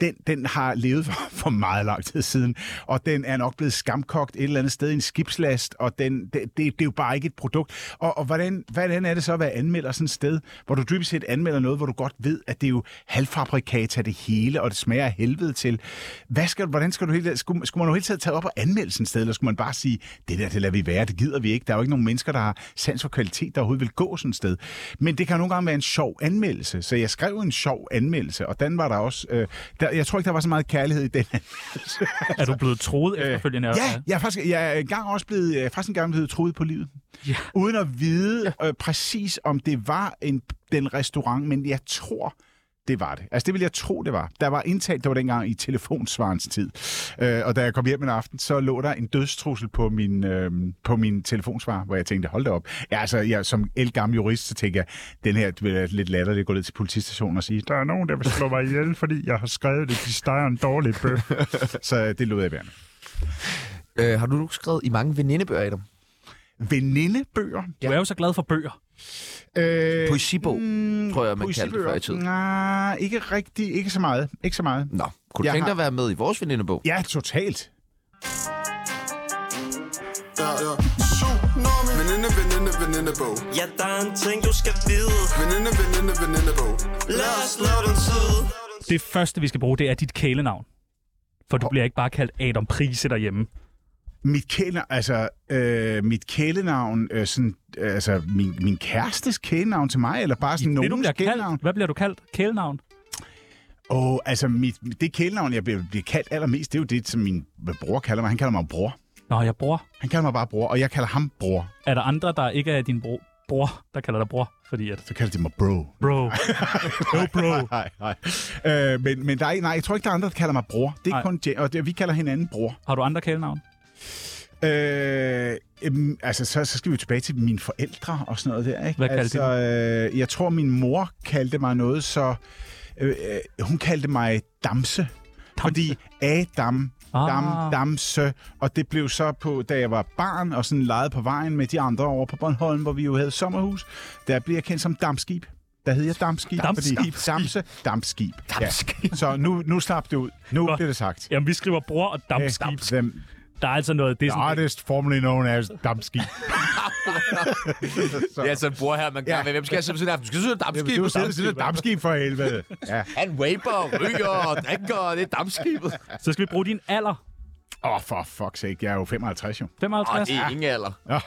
Speaker 6: den, den har levet for, [LAUGHS] for meget lang tid siden, og den er nok blevet skamkogt et eller andet sted i en skibslast, og den, det, det, det er jo bare ikke et produkt. Og, og hvordan, hvordan er det så at være anmelder sådan et sted, hvor du dybest set anmelder noget, hvor du godt ved, at det er jo halvfabrikata det hele, og det smager af helvede til. Hvad skal, hvordan skal du hele, skulle, skulle man jo hele tiden tage op og anmelde sådan et sted, eller skulle man bare sige, det der, det lader vi være, det gider vi ikke. Der er jo ikke nogen mennesker, der har sans for kvalitet, der overhovedet vil gå sådan et sted. Men det kan nogle gange være en sjov anmeldelse, så jeg skrev en sjov anmeldelse, og den var der også... Øh, der, jeg tror ikke, der var så meget kærlighed i den anmeldelse.
Speaker 4: Er du blevet
Speaker 1: Øh,
Speaker 4: troet efterfølgende?
Speaker 6: ja, jeg er faktisk jeg er engang også blevet, jeg er faktisk engang blevet troet på livet. Ja. Uden at vide øh, præcis, om det var en, den restaurant, men jeg tror, det var det. Altså, det ville jeg tro, det var. Der var indtalt, der var dengang i telefonsvarens tid. Øh, og da jeg kom hjem en aften, så lå der en dødstrussel på min, øh, på min telefonsvar, hvor jeg tænkte, hold da op. Ja, altså, jeg, som elgammel jurist, så tænkte jeg, den her det er lidt latterligt at gå ned til politistationen og sige, der er nogen, der vil slå mig ihjel, fordi jeg har skrevet det, de steger en dårlig [LAUGHS] bøf. så det lod jeg være med.
Speaker 1: Øh, har du nu skrevet i mange venindebøger, Adam?
Speaker 6: Venindebøger.
Speaker 4: Du er jo så glad for bøger.
Speaker 6: Øh,
Speaker 1: Poesibog,
Speaker 6: mm,
Speaker 1: tror jeg, man kaldte det før i
Speaker 6: poesibøger.
Speaker 1: tiden.
Speaker 6: Nej, ikke rigtig. Ikke så meget. Ikke så meget.
Speaker 1: Nå, kunne du
Speaker 6: Jeg
Speaker 1: tænke dig
Speaker 6: har-
Speaker 1: at være med i vores venindebog?
Speaker 6: Ja, totalt.
Speaker 8: Tsunami Veninde, veninde, veninde bog
Speaker 9: Ja, der er en ting, du skal vide.
Speaker 8: Veninde, veninde, veninde bog
Speaker 9: Lad os slå den tid.
Speaker 4: Det første, vi skal bruge, det er dit kælenavn. For du bliver ikke bare kaldt Adam Prise derhjemme.
Speaker 6: Mit kælenavn, altså, øh, mit kælenavn, øh, sådan, øh, altså, min, min kærestes kælenavn til mig, eller bare sådan
Speaker 4: det, du
Speaker 6: nogens
Speaker 4: bliver
Speaker 6: kælenavn?
Speaker 4: kaldt, hvad bliver du kaldt? Kælenavn?
Speaker 6: Åh, altså, mit, det kælenavn, jeg bliver, bliver kaldt allermest, det er jo det, som min bror kalder mig. Han kalder mig bror.
Speaker 4: Nå, jeg bror.
Speaker 6: Han kalder mig bare bror, og jeg kalder ham bror.
Speaker 4: Er der andre, der ikke er din bro, bror, der kalder dig bror? Fordi at...
Speaker 6: Så kalder de mig bro.
Speaker 1: [LAUGHS]
Speaker 4: Bro.
Speaker 6: No bro. nej, nej. Øh, men, men der er, nej, jeg tror ikke, der er andre, der kalder mig bror. Det er
Speaker 4: Nej.
Speaker 6: kun, Ja- og det, vi kalder hinanden bror.
Speaker 4: Har du andre kælenavn?
Speaker 6: Øh, øhm, altså, så, så skal vi jo tilbage til mine forældre og sådan noget der, ikke?
Speaker 4: Hvad kaldte
Speaker 6: altså, øh, Jeg tror, min mor kaldte mig noget, så... Øh, øh, hun kaldte mig Damse. Damse. Fordi Adam, Dam,
Speaker 4: Ah.
Speaker 6: Damse. Og det blev så på, da jeg var barn og sådan legede på vejen med de andre over på Bornholm, hvor vi jo havde sommerhus, der blev jeg kendt som Damskib. Der hed jeg Damskib.
Speaker 4: Damskib.
Speaker 6: Fordi Damse, Damskib. Damskib. Ja. Så nu, nu slap det ud. Nu
Speaker 4: Godt.
Speaker 6: bliver det sagt.
Speaker 4: Jamen, vi skriver bror og dampskib.
Speaker 6: Hvem,
Speaker 4: Der er altså noget... Det er
Speaker 6: The
Speaker 4: sådan,
Speaker 6: artist formerly known as [LAUGHS] Damski. så,
Speaker 1: Ja, så en bror her, man kan ja. Hvem skal jeg sidde ved siden af? Du skal sidde og
Speaker 6: Jamen, det er jo siddet ved siden af
Speaker 1: dampskibet.
Speaker 6: Damski for helvede. Ja.
Speaker 1: Han vaper, ryger og drikker, og det er dampskibet.
Speaker 4: så skal vi bruge din alder.
Speaker 6: Åh, oh, for fuck's sake, jeg er jo 55 jo.
Speaker 4: 55?
Speaker 1: Og det er ingen alder.
Speaker 6: Ej,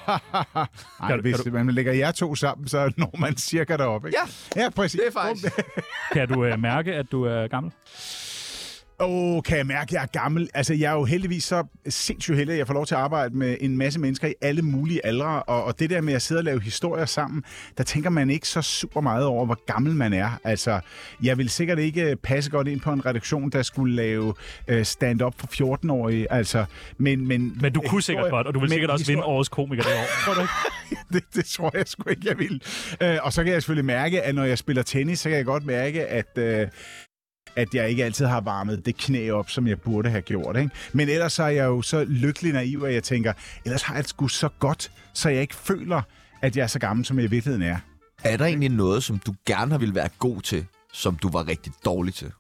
Speaker 4: Kan du-
Speaker 6: hvis
Speaker 4: kan
Speaker 6: man lægger jer to sammen, så når man cirka deroppe, ikke? Ja, ja præcis.
Speaker 1: Det er faktisk...
Speaker 4: Kan du øh, mærke, at du er gammel?
Speaker 6: Åh, oh, kan jeg mærke, at jeg er gammel. Altså, jeg er jo heldigvis så sindssygt heldig, at jeg får lov til at arbejde med en masse mennesker i alle mulige aldre. Og, og det der med at sidde og lave historier sammen, der tænker man ikke så super meget over, hvor gammel man er. Altså, jeg vil sikkert ikke øh, passe godt ind på en redaktion, der skulle lave øh, stand-up for 14-årige. Altså, men, men,
Speaker 4: Men du kunne sikkert
Speaker 6: historie-
Speaker 4: godt, og du vil
Speaker 6: men
Speaker 4: sikkert også vinde
Speaker 6: historie-
Speaker 4: årets komiker det år. Tror du ikke?
Speaker 6: [LAUGHS] det, det tror jeg sgu ikke, jeg vil. Øh, og så kan jeg selvfølgelig mærke, at når jeg spiller tennis, så kan jeg godt mærke, at, øh, at jeg ikke altid har varmet det knæ op, som jeg burde have gjort. Ikke? Men ellers så er jeg jo så lykkelig naiv, at jeg tænker, ellers har jeg det sgu så godt, så jeg ikke føler, at jeg er så gammel, som jeg i virkeligheden er.
Speaker 1: Er der egentlig noget, som du gerne har ville være god til, som du var rigtig dårlig til?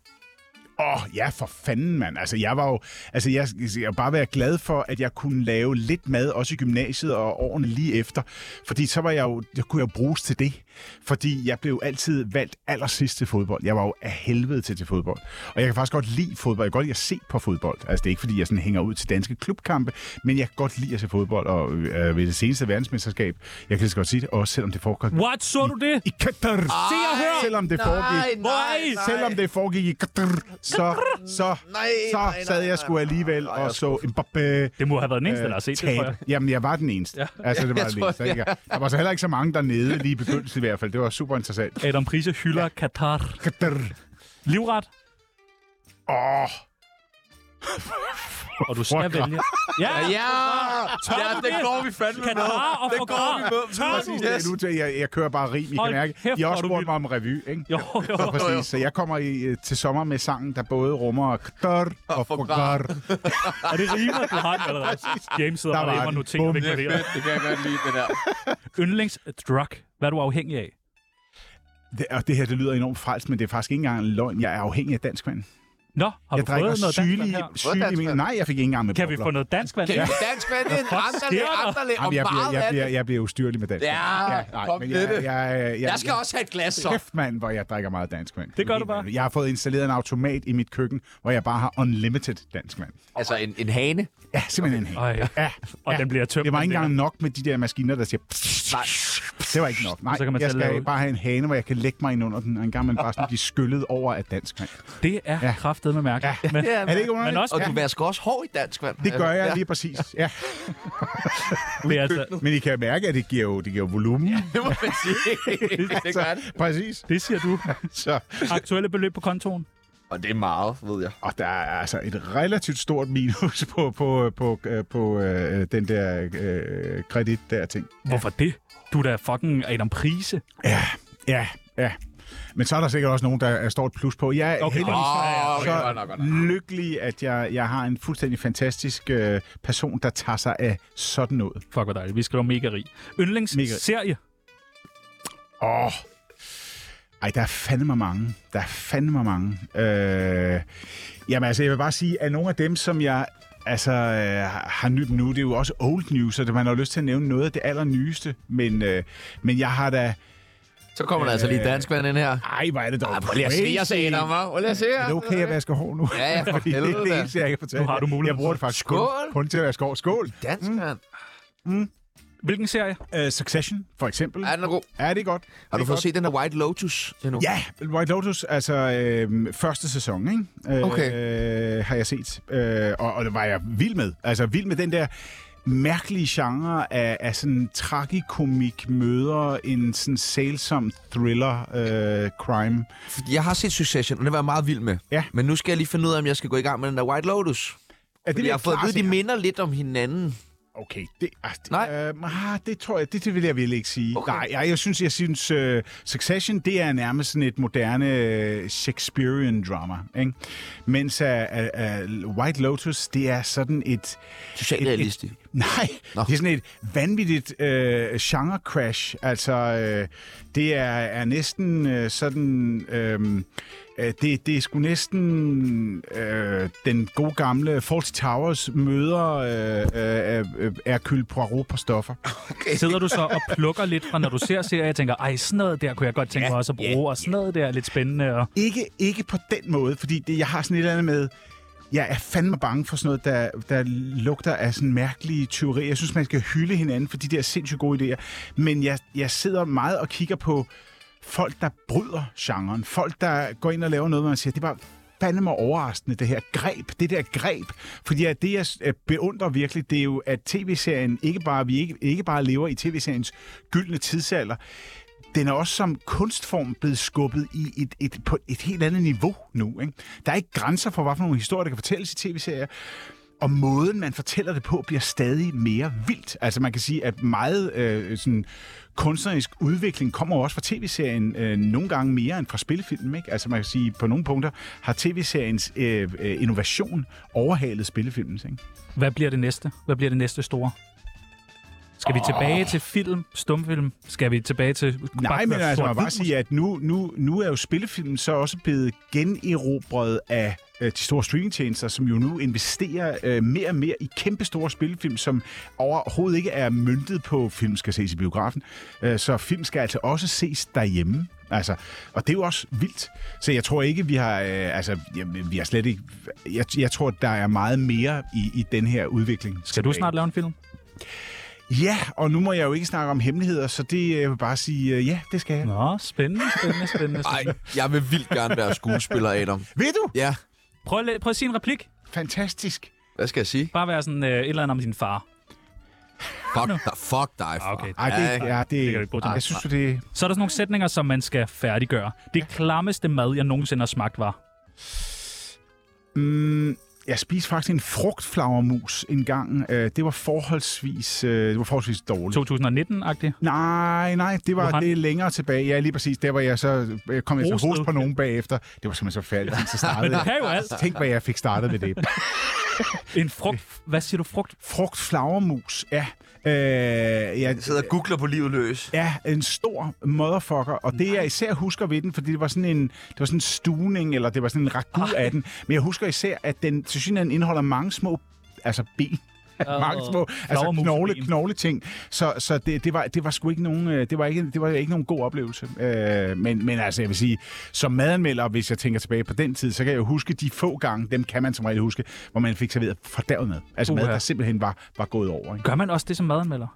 Speaker 6: Åh, oh, ja, for fanden, mand. Altså, jeg var jo... Altså, jeg, jeg vil bare være glad for, at jeg kunne lave lidt mad, også i gymnasiet og årene lige efter. Fordi så var jeg jo... Jeg kunne jeg jo bruges til det. Fordi jeg blev jo altid valgt allersidst til fodbold. Jeg var jo af helvede til til fodbold. Og jeg kan faktisk godt lide fodbold. Jeg kan godt lide at se på fodbold. Altså, det er ikke, fordi jeg sådan hænger ud til danske klubkampe, men jeg kan godt lide at se fodbold. Og øh, ved det seneste verdensmesterskab, jeg kan lige så godt sige det, også selvom det foregår
Speaker 4: What? Så du det?
Speaker 6: i Qatar. Se og hør! Selvom det foregik
Speaker 4: nej,
Speaker 6: Nej. Selvom det foregik i Qatar, så, så, så sad jeg sgu alligevel og så Mbappé. øh,
Speaker 4: Det må have været den eneste, der har set det, tror jeg.
Speaker 6: Jamen, jeg var den eneste. Altså,
Speaker 4: [LAUGHS]
Speaker 6: det var den eneste. ikke? Der var så heller ikke så mange dernede, lige i begyndelsen i hvert fald. Det var super interessant.
Speaker 4: Adam Prise hylder ja. Katar.
Speaker 6: Qatar.
Speaker 4: Livret,
Speaker 6: Åh, oh,
Speaker 4: og du skal
Speaker 6: Forgræ-
Speaker 4: vælge. Ja, ja, ja det går vi fandme Katar og det går vi med. Tør du?
Speaker 6: præcis. Det er nu til, jeg, jeg kører bare rim, I
Speaker 4: Hold
Speaker 6: kan mærke.
Speaker 4: kæft,
Speaker 6: I har også
Speaker 4: hvor er du
Speaker 6: spurgt
Speaker 4: vild.
Speaker 6: mig om revy, ikke?
Speaker 4: Jo, jo,
Speaker 6: Så
Speaker 4: jo, jo.
Speaker 6: præcis. Så jeg kommer i, øh, til sommer med sangen, der både rummer Qatar og Fogar.
Speaker 4: Og det rimer, du har den allerede. James sidder
Speaker 6: Der
Speaker 4: bare
Speaker 6: var
Speaker 4: hjemme og
Speaker 6: den.
Speaker 4: noterer
Speaker 6: Bum.
Speaker 4: væk med det her.
Speaker 10: Det kan jeg godt lide, det der.
Speaker 4: Yndlingsdrug. Hvad er du afhængig af?
Speaker 6: Det, og det her, det lyder enormt frelst, men det er faktisk ikke engang en løgn. Jeg er afhængig af dansk vand.
Speaker 4: Nå, har
Speaker 6: Jeg
Speaker 4: du fået
Speaker 6: drikker
Speaker 4: noget dansk
Speaker 6: sygelige...
Speaker 4: vand her?
Speaker 10: Fået dansk
Speaker 6: sygelige
Speaker 10: vand?
Speaker 6: Nej, jeg fik ikke engang med
Speaker 4: Kan vi
Speaker 6: bobler.
Speaker 4: få noget dansk vand?
Speaker 10: Kan
Speaker 4: Ja.
Speaker 10: vi dansk vand ind?
Speaker 4: fuck
Speaker 10: Anderle,
Speaker 4: sker der?
Speaker 10: anderle og
Speaker 6: Jamen, jeg, bliver,
Speaker 10: meget
Speaker 6: jeg, bliver,
Speaker 10: andet.
Speaker 6: jeg bliver ustyrlig med dansk
Speaker 10: Ja, kom
Speaker 6: men
Speaker 10: med
Speaker 6: jeg,
Speaker 10: det.
Speaker 6: jeg, jeg,
Speaker 10: Jeg skal også have et glas, så.
Speaker 6: Kæft, mand, hvor jeg drikker meget dansk vand.
Speaker 4: Det gør du bare.
Speaker 6: Jeg har fået installeret en automat i mit køkken, hvor jeg bare har unlimited dansk vand.
Speaker 10: Altså en, en hane.
Speaker 6: Ja, simpelthen okay.
Speaker 4: Ej,
Speaker 6: Ja,
Speaker 4: og
Speaker 6: ja.
Speaker 4: den bliver tømt.
Speaker 6: Det var ikke
Speaker 4: den
Speaker 6: engang
Speaker 4: der.
Speaker 6: nok med de der maskiner, der siger... Nej. Det var ikke nok. Nej,
Speaker 4: Så kan man
Speaker 6: jeg
Speaker 4: selv
Speaker 6: skal
Speaker 4: lave-
Speaker 6: bare have en hane, hvor jeg kan lægge mig ind under den, og en gang man bare sådan blive skyllet over af dansk vand.
Speaker 4: Det er
Speaker 6: Ja.
Speaker 4: kraftet med mærke.
Speaker 6: Ja.
Speaker 4: Men,
Speaker 6: Er det ikke underligt?
Speaker 4: men også,
Speaker 10: Og du vasker også hår i dansk vand.
Speaker 6: Det gør jeg lige præcis. Ja.
Speaker 4: det er altså,
Speaker 6: Men I kan mærke, at det giver jo, det giver jo volumen. Ja,
Speaker 10: Det må man
Speaker 1: [LAUGHS]
Speaker 10: sige. det gør det.
Speaker 6: Præcis.
Speaker 4: det siger du.
Speaker 6: Så,
Speaker 4: Aktuelle beløb på kontoen.
Speaker 10: Og det er meget, ved jeg.
Speaker 6: og der er altså et relativt stort minus på, på, på, øh, på øh, den der øh, kredit der ting.
Speaker 4: Hvorfor det? Du er da fucking Adam Prise.
Speaker 6: Ja, ja. Men så er der sikkert også nogen, der er- står et plus på. Jeg er
Speaker 4: Okay,
Speaker 6: okay.
Speaker 4: godt. Ja, ja,
Speaker 10: Åh,
Speaker 6: så
Speaker 10: Ah, okay, godt nok, godt nok.
Speaker 6: lykkelig, at jeg, jeg har en fuldstændig fantastisk øh, person, der tager sig af sådan noget.
Speaker 4: Fuck, hvor dejligt. Vi skriver mega rig. Yndlingsserie.
Speaker 6: Åh. Ej, der er fandme mange. Der er fandme mange. Øh, jamen altså, jeg vil bare sige, at nogle af dem, som jeg altså, øh, har nyt nu, det er jo også old news, så man har jo lyst til at nævne noget af det allernyeste. Men, øh, men jeg har da...
Speaker 10: Så kommer der altså lige dansk vand ind her.
Speaker 6: Ej, hvor er det dog
Speaker 10: Ej, Ah, prøv lige at se jer, sagde der, hva'? Prøv lige at se jer.
Speaker 6: Er det okay, at vaske hår nu?
Speaker 10: Ja, ja, for
Speaker 6: [LAUGHS] Fordi det er
Speaker 10: helvede da.
Speaker 6: det eneste, jeg kan fortælle.
Speaker 4: Nu har du muligheden.
Speaker 6: Jeg bruger det faktisk kun,
Speaker 10: Skål!
Speaker 6: kun til at vaske hår. Skål!
Speaker 1: Mm.
Speaker 10: Dansk vand.
Speaker 4: Hvilken serie?
Speaker 6: Uh, Succession, for eksempel.
Speaker 10: Er den god?
Speaker 6: Er det godt?
Speaker 10: Har du
Speaker 6: Det
Speaker 10: fået
Speaker 6: er godt.
Speaker 10: set den der White Lotus endnu?
Speaker 6: Ja, White Lotus, altså øh, første sæson, ikke? Øh,
Speaker 10: Okay.
Speaker 6: Øh, har jeg set. Øh, og, og det var jeg vild med. Altså vild med den der mærkelige genre af, af sådan tragikomik møder en sådan sælsom thriller øh, crime.
Speaker 1: Jeg har set Succession, og det var jeg meget vild med.
Speaker 6: Ja.
Speaker 1: Men nu skal jeg lige finde ud af, om jeg skal gå i gang med den der White Lotus.
Speaker 6: Er det
Speaker 1: Jeg har fået at
Speaker 6: klart
Speaker 1: vide, de
Speaker 6: set?
Speaker 1: minder lidt om hinanden.
Speaker 6: Okay, det, ah, det,
Speaker 1: Nej.
Speaker 6: Øh, ah, det tror jeg, det, det vil jeg vel ikke sige.
Speaker 1: Okay.
Speaker 6: Okay. Nej, jeg, jeg synes, jeg synes uh, Succession, det er nærmest sådan et moderne øh, Shakespearean drama, ikke? Mens uh, uh, uh, White Lotus, det er sådan et...
Speaker 10: [LAUGHS]
Speaker 1: Socialrealistisk.
Speaker 6: Nej, Nå. det er sådan et vanvittigt øh, genre-crash. Altså, øh, det er, er næsten øh, sådan... Øh, øh, det, det er sgu næsten øh, den gode gamle Fawlty Towers møder øh, øh, øh, Hercule Poirot på stoffer.
Speaker 4: Sidder du så og plukker lidt fra, når du ser serier, og tænker, ej, sådan noget der kunne jeg godt tænke mig også at bruge, og sådan noget der er lidt spændende. Og...
Speaker 6: Ikke, ikke på den måde, fordi det, jeg har sådan et eller andet med... Jeg er fandme bange for sådan noget, der, der lugter af sådan mærkelige teorier. Jeg synes, man skal hylde hinanden for de der sindssygt gode idéer. Men jeg, jeg sidder meget og kigger på folk, der bryder genren. Folk, der går ind og laver noget, hvor man siger, det var fandme overraskende, det her greb, det der greb. Fordi ja, det, jeg øh, beundrer virkelig, det er jo, at tv-serien ikke bare, vi ikke, ikke bare lever i tv-seriens gyldne tidsalder, den er også som kunstform blevet skubbet i et, et, på et helt andet niveau nu. Ikke? Der er ikke grænser for, hvad for nogle historier, der kan fortælles i tv-serier. Og måden, man fortæller det på, bliver stadig mere vildt. Altså man kan sige, at meget øh, sådan, kunstnerisk udvikling kommer jo også fra tv-serien øh, nogle gange mere end fra spillefilmen. Ikke? Altså man kan sige, på nogle punkter har tv-seriens øh, øh, innovation overhalet spillefilmens. Ikke?
Speaker 4: Hvad bliver det næste? Hvad bliver det næste store? Skal vi tilbage til film, stumfilm? Skal vi tilbage til...
Speaker 6: Nej, men altså, man må bare sige,
Speaker 4: ja.
Speaker 6: at nu, nu, nu er jo spillefilmen så også blevet generobret af øh, de store streamingtjenester, som jo nu investerer øh, mere og mere i kæmpe store spillefilm, som overhovedet ikke er myndtet på, at film skal ses i biografen. Øh, så film skal altså også ses derhjemme. Altså, og det er jo også vildt. Så jeg tror ikke, vi har... Øh, altså, jamen, vi har slet ikke... Jeg, jeg tror, der er meget mere i, i den her udvikling.
Speaker 4: Skal du snart lave en film?
Speaker 6: Ja, og nu må jeg jo ikke snakke om hemmeligheder, så det øh, jeg vil bare sige, øh, ja, det skal jeg.
Speaker 4: Nå, spændende, spændende, spændende.
Speaker 10: Nej,
Speaker 4: spændende.
Speaker 10: jeg vil vildt gerne være skuespiller, Adam.
Speaker 6: Ved du?
Speaker 10: Ja,
Speaker 4: Prøv, at, la- prøv at sige en replik.
Speaker 6: Fantastisk.
Speaker 10: hvad skal jeg sige?
Speaker 4: Bare være sådan øh, et eller andet om din far.
Speaker 10: Fuck, dig- fuck dig, far.
Speaker 4: Okay.
Speaker 6: Ej,
Speaker 10: Ja,
Speaker 6: det,
Speaker 10: ikke?
Speaker 6: ja,
Speaker 4: kan
Speaker 6: det,
Speaker 4: du ikke bruge til
Speaker 6: jeg
Speaker 4: noget.
Speaker 6: synes jo, det...
Speaker 4: Så er der sådan nogle sætninger, som man skal færdiggøre. Det klammeste mad, jeg nogensinde har smagt, var...
Speaker 6: Mm, jeg spiste faktisk en frugtflagermus en gang. Øh, det var forholdsvis, øh, det var forholdsvis dårligt.
Speaker 4: 2019-agtigt.
Speaker 6: Nej, nej, det var
Speaker 4: Wuhan?
Speaker 6: det er længere tilbage. Ja, lige præcis. Der var jeg så jeg kom jeg så
Speaker 4: Hostede.
Speaker 6: host på nogen bagefter. Det var simpelthen så færdigt, så
Speaker 4: [LAUGHS]
Speaker 6: startede
Speaker 4: Men du kan jo
Speaker 6: jeg.
Speaker 4: alt.
Speaker 6: Tænk, hvad jeg fik startet med det.
Speaker 4: En frugt... Hvad siger du? Frugt?
Speaker 6: Frugtflagermus, ja. Øh, jeg,
Speaker 10: Jeg sidder og googler på livet løs.
Speaker 6: Ja, en stor motherfucker, og det jeg især husker ved den, fordi det var sådan en, det var sådan en stuning, eller det var sådan en ragu af den, men jeg husker især, at den til synligheden indeholder mange små altså ben. [LAUGHS] mange små altså
Speaker 4: flagermusben.
Speaker 6: knogle, knogle ting. Så, så det, det, var, det var sgu ikke nogen, øh, det var ikke, det var ikke nogen god oplevelse. Øh, men, men altså, jeg vil sige, som madanmelder, hvis jeg tænker tilbage på den tid, så kan jeg jo huske de få gange, dem kan man som regel huske, hvor man fik serveret fordavet mad. Altså mad,
Speaker 4: Uha.
Speaker 6: der simpelthen var, var gået over. Ikke?
Speaker 4: Gør man også det som madanmelder?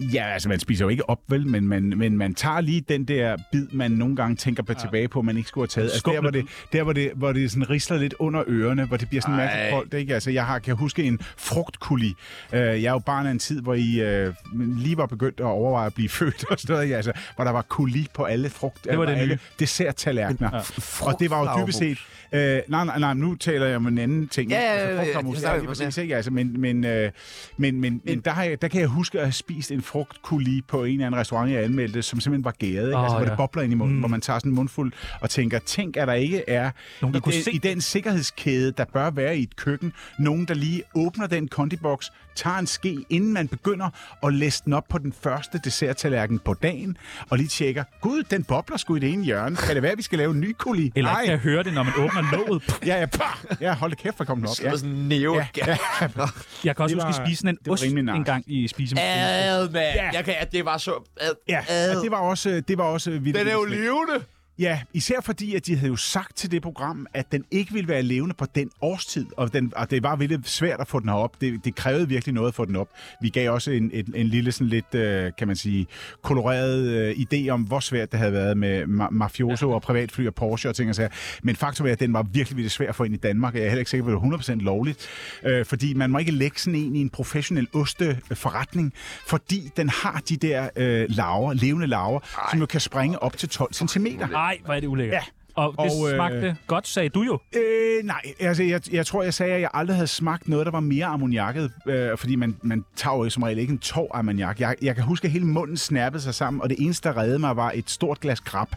Speaker 6: Ja, altså man spiser jo ikke op, vel, men man, men man tager lige den der bid, man nogle gange tænker på, ja. tilbage på, man ikke skulle have taget. Altså, der,
Speaker 4: Skummel
Speaker 6: hvor det, der hvor, det, hvor det sådan risler lidt under ørerne, hvor det bliver sådan mærkeligt koldt. Ikke? Altså, jeg har, kan huske en frugtkuli. Uh, jeg er jo barn af en tid, hvor I øh, lige var begyndt at overveje at blive [LAUGHS] født og sådan noget. ikke? Altså, hvor der var kuli på alle frugt.
Speaker 4: Det var
Speaker 6: øh,
Speaker 4: det
Speaker 6: alle
Speaker 4: nye.
Speaker 6: desserttallerkener. Ja. Og det var jo dybest set... Øh, nej, nej, nej, nu taler jeg om en anden ting.
Speaker 10: Ja, ja,
Speaker 6: Altså,
Speaker 10: ja, ja,
Speaker 6: frugtflagermus,
Speaker 10: ja,
Speaker 6: der er
Speaker 10: ja,
Speaker 6: lige
Speaker 10: ja.
Speaker 6: præcis, ikke? Altså, men, men, øh, men, men, men der, har jeg, der kan jeg huske at have spist en frugtkuli på en eller anden restaurant, jeg anmeldte, som simpelthen var gæret. Ikke?
Speaker 4: Åh,
Speaker 6: Oh, altså, hvor
Speaker 4: ja.
Speaker 6: ja. det bobler ind i munden, mm. hvor man tager sådan en mundfuld og tænker, tænk, at der ikke er
Speaker 4: Nogen,
Speaker 6: i,
Speaker 4: der kunne
Speaker 6: den,
Speaker 4: se
Speaker 6: i den sikkerhedskæde, der bør være i et køkken, nogen, der lige åbner den kondiboks, tager en ske, inden man begynder at læse den op på den første desserttallerken på dagen, og lige tjekker, gud, den bobler sgu i det ene hjørne. Kan det være, at vi skal lave en ny kuli?
Speaker 4: Eller
Speaker 6: Nej.
Speaker 4: ikke kan høre det, når man åbner
Speaker 6: [LAUGHS]
Speaker 4: låget.
Speaker 6: Ja, ja, pah! Ja, hold da kæft, hvor kom den op.
Speaker 10: Det
Speaker 6: Ja.
Speaker 10: var sådan en neo.
Speaker 6: Ja,
Speaker 1: [LAUGHS]
Speaker 6: ja.
Speaker 4: Jeg kan også
Speaker 6: Det
Speaker 4: huske, at
Speaker 6: var-
Speaker 4: spise sådan
Speaker 6: det
Speaker 4: en
Speaker 6: var
Speaker 4: ost
Speaker 6: rimelig nice. Øh.
Speaker 4: en gang i spisemaskinen.
Speaker 10: Ad, mand. Jeg kan, det var så... Ad.
Speaker 6: Ja, og det var også... øh, Det var også vildt.
Speaker 10: Den er jo levende.
Speaker 6: Ja, især fordi, at de havde jo sagt til det program, at den ikke ville være levende på den årstid, og, den, og det var virkelig svært at få den op. Det, det krævede virkelig noget at få den op. Vi gav også en, en, en lille, sådan lidt, øh, kan man sige, koloreret øh, idé om, hvor svært det havde været med ma- mafioso og privatfly og Porsche og ting og sager. Men faktum er, at den var virkelig, virkelig svær at få ind i Danmark, og jeg er heller ikke sikker på, at det var 100% lovligt, øh, fordi man må ikke lægge sådan en i en professionel osteforretning, fordi den har de der øh, laver, levende laver, Ej. som jo kan springe op til 12 cm.
Speaker 4: Nej, hvor er det ulækkert.
Speaker 6: Ja.
Speaker 4: Og det
Speaker 6: Og, øh,
Speaker 4: smagte godt, sagde du jo.
Speaker 6: Øh, nej, altså jeg, jeg tror, jeg sagde, at jeg aldrig havde smagt noget, der var mere ammoniakket, øh, fordi man, man tager jo som regel ikke en tår ammoniak. Jeg, jeg kan huske, at hele munden snappede sig sammen, og det eneste, der reddede mig, var et stort glas grap,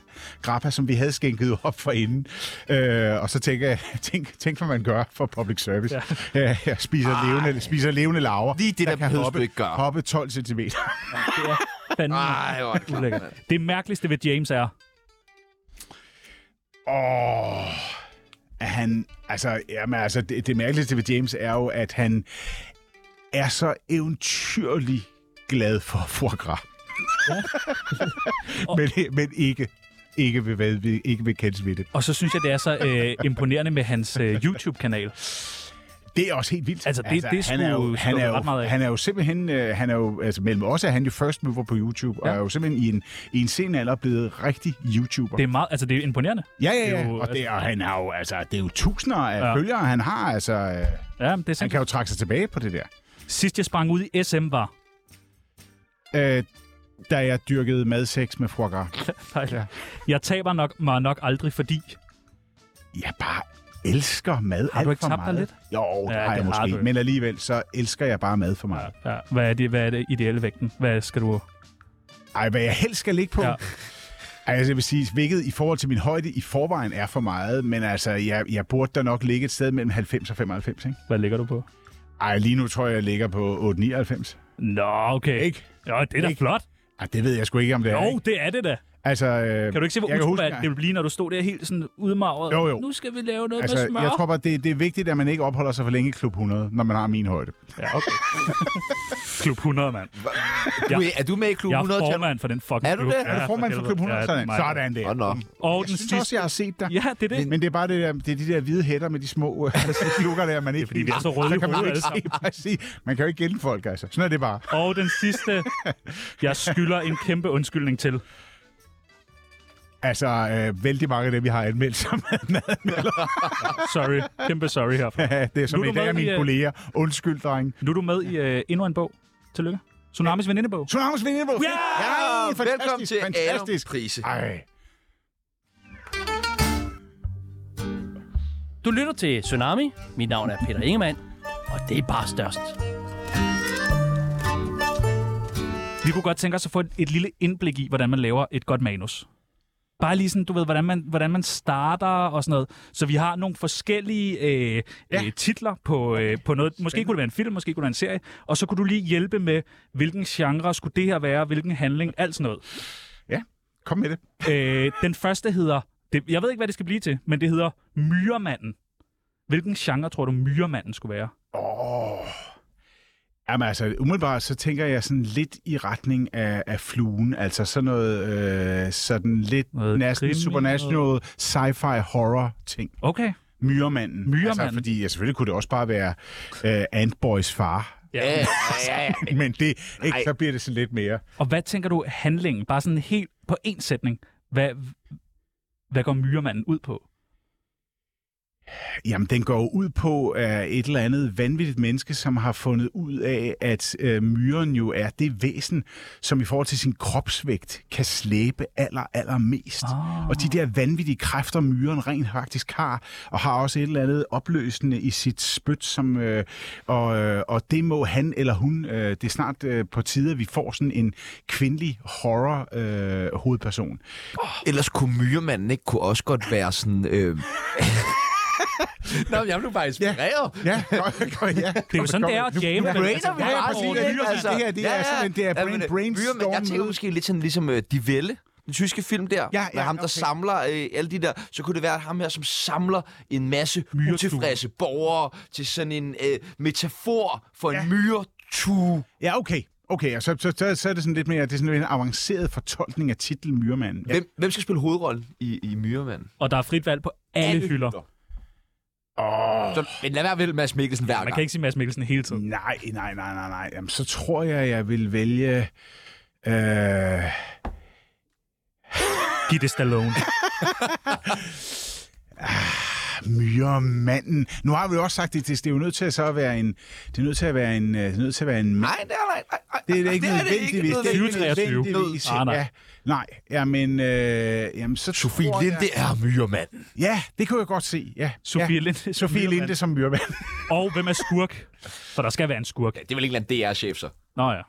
Speaker 6: grappa, som vi havde skænket [LAUGHS] op for inden. Øh, og så tænker jeg, [LAUGHS] tænk, tænk, hvad man gør for public service. Ja. Øh, jeg spiser levende, spiser levende laver,
Speaker 10: Lige det, der behøves du
Speaker 6: hoppe,
Speaker 10: ikke gøre.
Speaker 6: hoppe 12 cm.
Speaker 4: Fanden,
Speaker 6: Ah.
Speaker 10: Ej, hvor er det klart.
Speaker 4: ulækkert. Det mærkeligste ved James er...
Speaker 6: Åh, at han... Altså, jamen, altså det, det mærkeligste ved James er jo, at han er så eventyrlig glad for foie gras. [LAUGHS] men, men ikke, ikke ved, hvad, vi- ikke ved kendes ved det.
Speaker 4: Og så synes jeg, det er så øh, imponerende med hans øh, YouTube-kanal.
Speaker 6: Det er også helt vildt.
Speaker 4: Altså, det- det
Speaker 6: han er jo,
Speaker 4: skulle
Speaker 6: han
Speaker 4: stå
Speaker 6: er jo,
Speaker 4: ret meget af.
Speaker 6: han er jo simpelthen, øh, han er jo, altså mellem os er han jo first mover på YouTube, ja.
Speaker 4: Ja.
Speaker 6: og er jo simpelthen i en, i en sen alder blevet rigtig YouTuber.
Speaker 4: Det er meget, altså det er imponerende.
Speaker 6: ja, ja,
Speaker 4: det er
Speaker 6: ja.
Speaker 4: jo-
Speaker 6: Og, det, og han har jo, altså, det er jo tusinder af
Speaker 4: Ja.
Speaker 6: ja. følgere, han har, altså... Øh,
Speaker 4: Ja, men det er
Speaker 6: Han
Speaker 4: sindssygt.
Speaker 6: kan jo trække sig tilbage på det der.
Speaker 4: Sidst jeg sprang ud i SM var...
Speaker 6: Øh, da jeg dyrkede madsex med foie gras.
Speaker 4: Ja. Jeg taber nok, mig nok aldrig, fordi...
Speaker 6: Jeg bare elsker mad
Speaker 4: Har du
Speaker 6: alt
Speaker 4: ikke
Speaker 6: for
Speaker 4: tabt dig
Speaker 6: meget.
Speaker 4: lidt?
Speaker 6: Jo, det
Speaker 4: Ja,
Speaker 6: har jeg
Speaker 4: det har
Speaker 6: måske.
Speaker 4: du.
Speaker 6: men alligevel, så elsker jeg bare mad for meget.
Speaker 4: Ja, hvad, er det, hvad er det ideelle vægten? Hvad skal du...
Speaker 6: Ej, hvad jeg helst skal ligge på.
Speaker 4: Ja.
Speaker 6: Ja. Ej, altså, jeg vil sige, hvilket i forhold til min højde i forvejen er for meget, men altså, jeg, jeg burde da nok ligge et sted mellem 90 og 95, ikke?
Speaker 4: Hvad ligger du på?
Speaker 6: Ej, lige nu tror jeg, jeg ligger på 8,99.
Speaker 4: Nå, okay.
Speaker 6: Ikke?
Speaker 4: Jo, det er da flot.
Speaker 6: Ej, det ved jeg sgu ikke, om det er.
Speaker 4: Jo,
Speaker 6: ikke?
Speaker 4: det er det da.
Speaker 6: Altså, øh,
Speaker 4: Kan du ikke se, hvor
Speaker 6: jeg kan huske,
Speaker 4: utroværdigt det ville blive, når du stod der helt sådan udmagret?
Speaker 6: Jo, jo.
Speaker 4: Nu skal vi lave noget
Speaker 6: Altså,
Speaker 4: med smør.
Speaker 6: jeg tror bare, det, det er vigtigt, at man ikke opholder sig for længe i Klub 100, når man har min højde.
Speaker 4: Ja, okay. [LAUGHS] Klub 100, mand.
Speaker 1: Du, er du med i klub
Speaker 4: Jeg
Speaker 1: 100?
Speaker 4: er
Speaker 1: Tjerno?
Speaker 4: formand for den fucking
Speaker 1: Er du
Speaker 4: klub.
Speaker 1: det?
Speaker 4: Ja,
Speaker 6: Er du formand for
Speaker 4: helvede.
Speaker 6: Klub 100?
Speaker 4: Ja,
Speaker 6: Sådan,
Speaker 4: mig.
Speaker 6: sådan der.
Speaker 1: Åh, nå.
Speaker 4: Og
Speaker 6: Jeg
Speaker 4: den
Speaker 6: synes også,
Speaker 4: sidste...
Speaker 6: jeg har set dig.
Speaker 4: Ja, det er det.
Speaker 6: Men det er bare det der, det er de der hvide hætter med de små øh, [LAUGHS] altså, lukker der, man ikke
Speaker 4: fordi, vi er så
Speaker 6: helt-
Speaker 4: røde i
Speaker 6: kan man jo
Speaker 4: hovedet
Speaker 6: ikke
Speaker 4: alle
Speaker 6: se, præcis. Man kan jo ikke gælde folk, altså. Sådan er det bare.
Speaker 4: Og den
Speaker 6: [LAUGHS]
Speaker 4: sidste, jeg skylder en kæmpe undskyldning til.
Speaker 6: Altså, øh, vældig mange af dem, vi har anmeldt [LAUGHS] sammen med.
Speaker 4: Sorry. Kæmpe sorry herfra.
Speaker 6: [LAUGHS] det er som
Speaker 4: Nu er
Speaker 6: i
Speaker 4: du
Speaker 6: dag
Speaker 4: med
Speaker 6: af
Speaker 4: i,
Speaker 6: mine
Speaker 4: øh,
Speaker 6: kolleger. Undskyld, dreng.
Speaker 4: Nu er du med i øh, endnu en bog. Tillykke. Tsunamis venindebog.
Speaker 6: Tsunamis Vindeborg!
Speaker 4: Ja!
Speaker 1: Ah, Velkommen til
Speaker 6: fantastisk.
Speaker 1: Adam Prise.
Speaker 6: Ej,
Speaker 11: Du lytter til Tsunami. Mit navn er Peter Ingemann, og det er bare størst.
Speaker 4: Vi kunne godt tænke os at få et, et lille indblik i, hvordan man laver et godt manus. Bare lige sådan, du ved, hvordan man, hvordan man starter og sådan noget. Så vi har nogle forskellige øh, ja. øh, titler på, øh, på noget. Måske kunne det være en film, måske kunne det være en serie. Og så kunne du lige hjælpe med, hvilken genre skulle det her være, hvilken handling, alt sådan noget.
Speaker 6: kom med det.
Speaker 4: Øh, den første hedder, det, jeg ved ikke, hvad det skal blive til, men det hedder Myremanden. Hvilken genre tror du, Myremanden skulle være?
Speaker 6: Åh. Jamen altså, umiddelbart så tænker jeg sådan lidt i retning af, af fluen. Altså sådan noget, øh, sådan lidt
Speaker 4: Noget
Speaker 6: næsten
Speaker 4: krimi,
Speaker 6: supernatural sci-fi horror ting.
Speaker 4: Okay.
Speaker 6: Myremanden.
Speaker 4: Myremanden.
Speaker 6: Altså, fordi ja, selvfølgelig kunne det også bare være øh, Antboys far.
Speaker 1: Ja, ja, ja.
Speaker 6: [LAUGHS] Men det, ikke, så bliver det sådan lidt mere.
Speaker 4: Og hvad tænker du handlingen, bare sådan helt på én sætning, hvad, hvad går myremanden ud på?
Speaker 6: Jamen, den går jo ud på uh, et eller andet vanvittigt menneske, som har fundet ud af, at uh, myren jo er det væsen, som i forhold til sin kropsvægt kan slæbe aller, aller mest.
Speaker 4: Ah.
Speaker 6: Og de der vanvittige kræfter, myren rent faktisk har, og har også et eller andet opløsende i sit spyt, som, øh, og, øh, og det må han eller hun, øh, det er snart øh, på tide, at vi får sådan en kvindelig øh, horror-hovedperson.
Speaker 1: Ah. Ellers kunne myremanden ikke kunne også godt være sådan... Øh... Nå, men jeg blev bare inspireret.
Speaker 6: Ja, [LAUGHS] godt, godt, ja.
Speaker 4: Det er jo sådan, det er at altså, jamme.
Speaker 1: Nu brainer vi
Speaker 6: ja,
Speaker 1: bare
Speaker 6: præcis,
Speaker 1: over
Speaker 6: ja, lige
Speaker 1: det,
Speaker 6: præcis. Det her, det er sådan en- det er brain-
Speaker 1: men, øh,
Speaker 6: brainstorm
Speaker 1: myremanden- Jeg tænker
Speaker 6: møde.
Speaker 1: måske lidt sådan ligesom øh, De Velle, den tyske film der,
Speaker 6: ja,
Speaker 1: med ham, der
Speaker 6: okay.
Speaker 1: samler øh, alle de der, så kunne det være ham her, som samler en masse utilfredse borgere til sådan en øh, metafor for en myretue.
Speaker 6: Ja, okay. Okay, og så, så, så, så er det sådan lidt mere, det er sådan en avanceret fortolkning af titlen Myremanden. Ja.
Speaker 1: Hvem, hvem skal spille hovedrollen i, i Myremanden?
Speaker 4: Og der er frit valg på alle hylder.
Speaker 1: Så, men lad være vel Mads Mikkelsen hver
Speaker 4: Man
Speaker 1: gang.
Speaker 4: kan ikke sige Mads Mikkelsen hele tiden.
Speaker 6: Nej, nej, nej, nej, nej. Jamen, så tror jeg, jeg vil vælge... Øh,
Speaker 4: Giv det Stallone.
Speaker 6: myremanden. Nu har vi jo også sagt, det, det, det er jo nødt til at så være en... Det er nødt til at være en... øh, Det er nødt til at være en mand.
Speaker 1: Nej, nej, nej, nej, nej.
Speaker 6: Det er det ikke
Speaker 1: det
Speaker 6: nødvendigvis. Det er ikke
Speaker 4: 2023.
Speaker 6: nødvendigvis,
Speaker 4: Ah, nej.
Speaker 6: Ja, nej, jamen, øh, jamen så
Speaker 1: Sofie
Speaker 6: tror
Speaker 1: Linde er myremanden.
Speaker 6: Jeg, ja, det kunne jeg godt se, ja.
Speaker 4: Sofie
Speaker 6: ja.
Speaker 4: Linde.
Speaker 6: Sofie Linde som myremand.
Speaker 4: Og hvem er skurk? For der skal være en skurk.
Speaker 1: Det er vel ikke en DR-chef, så.
Speaker 4: Nå ja.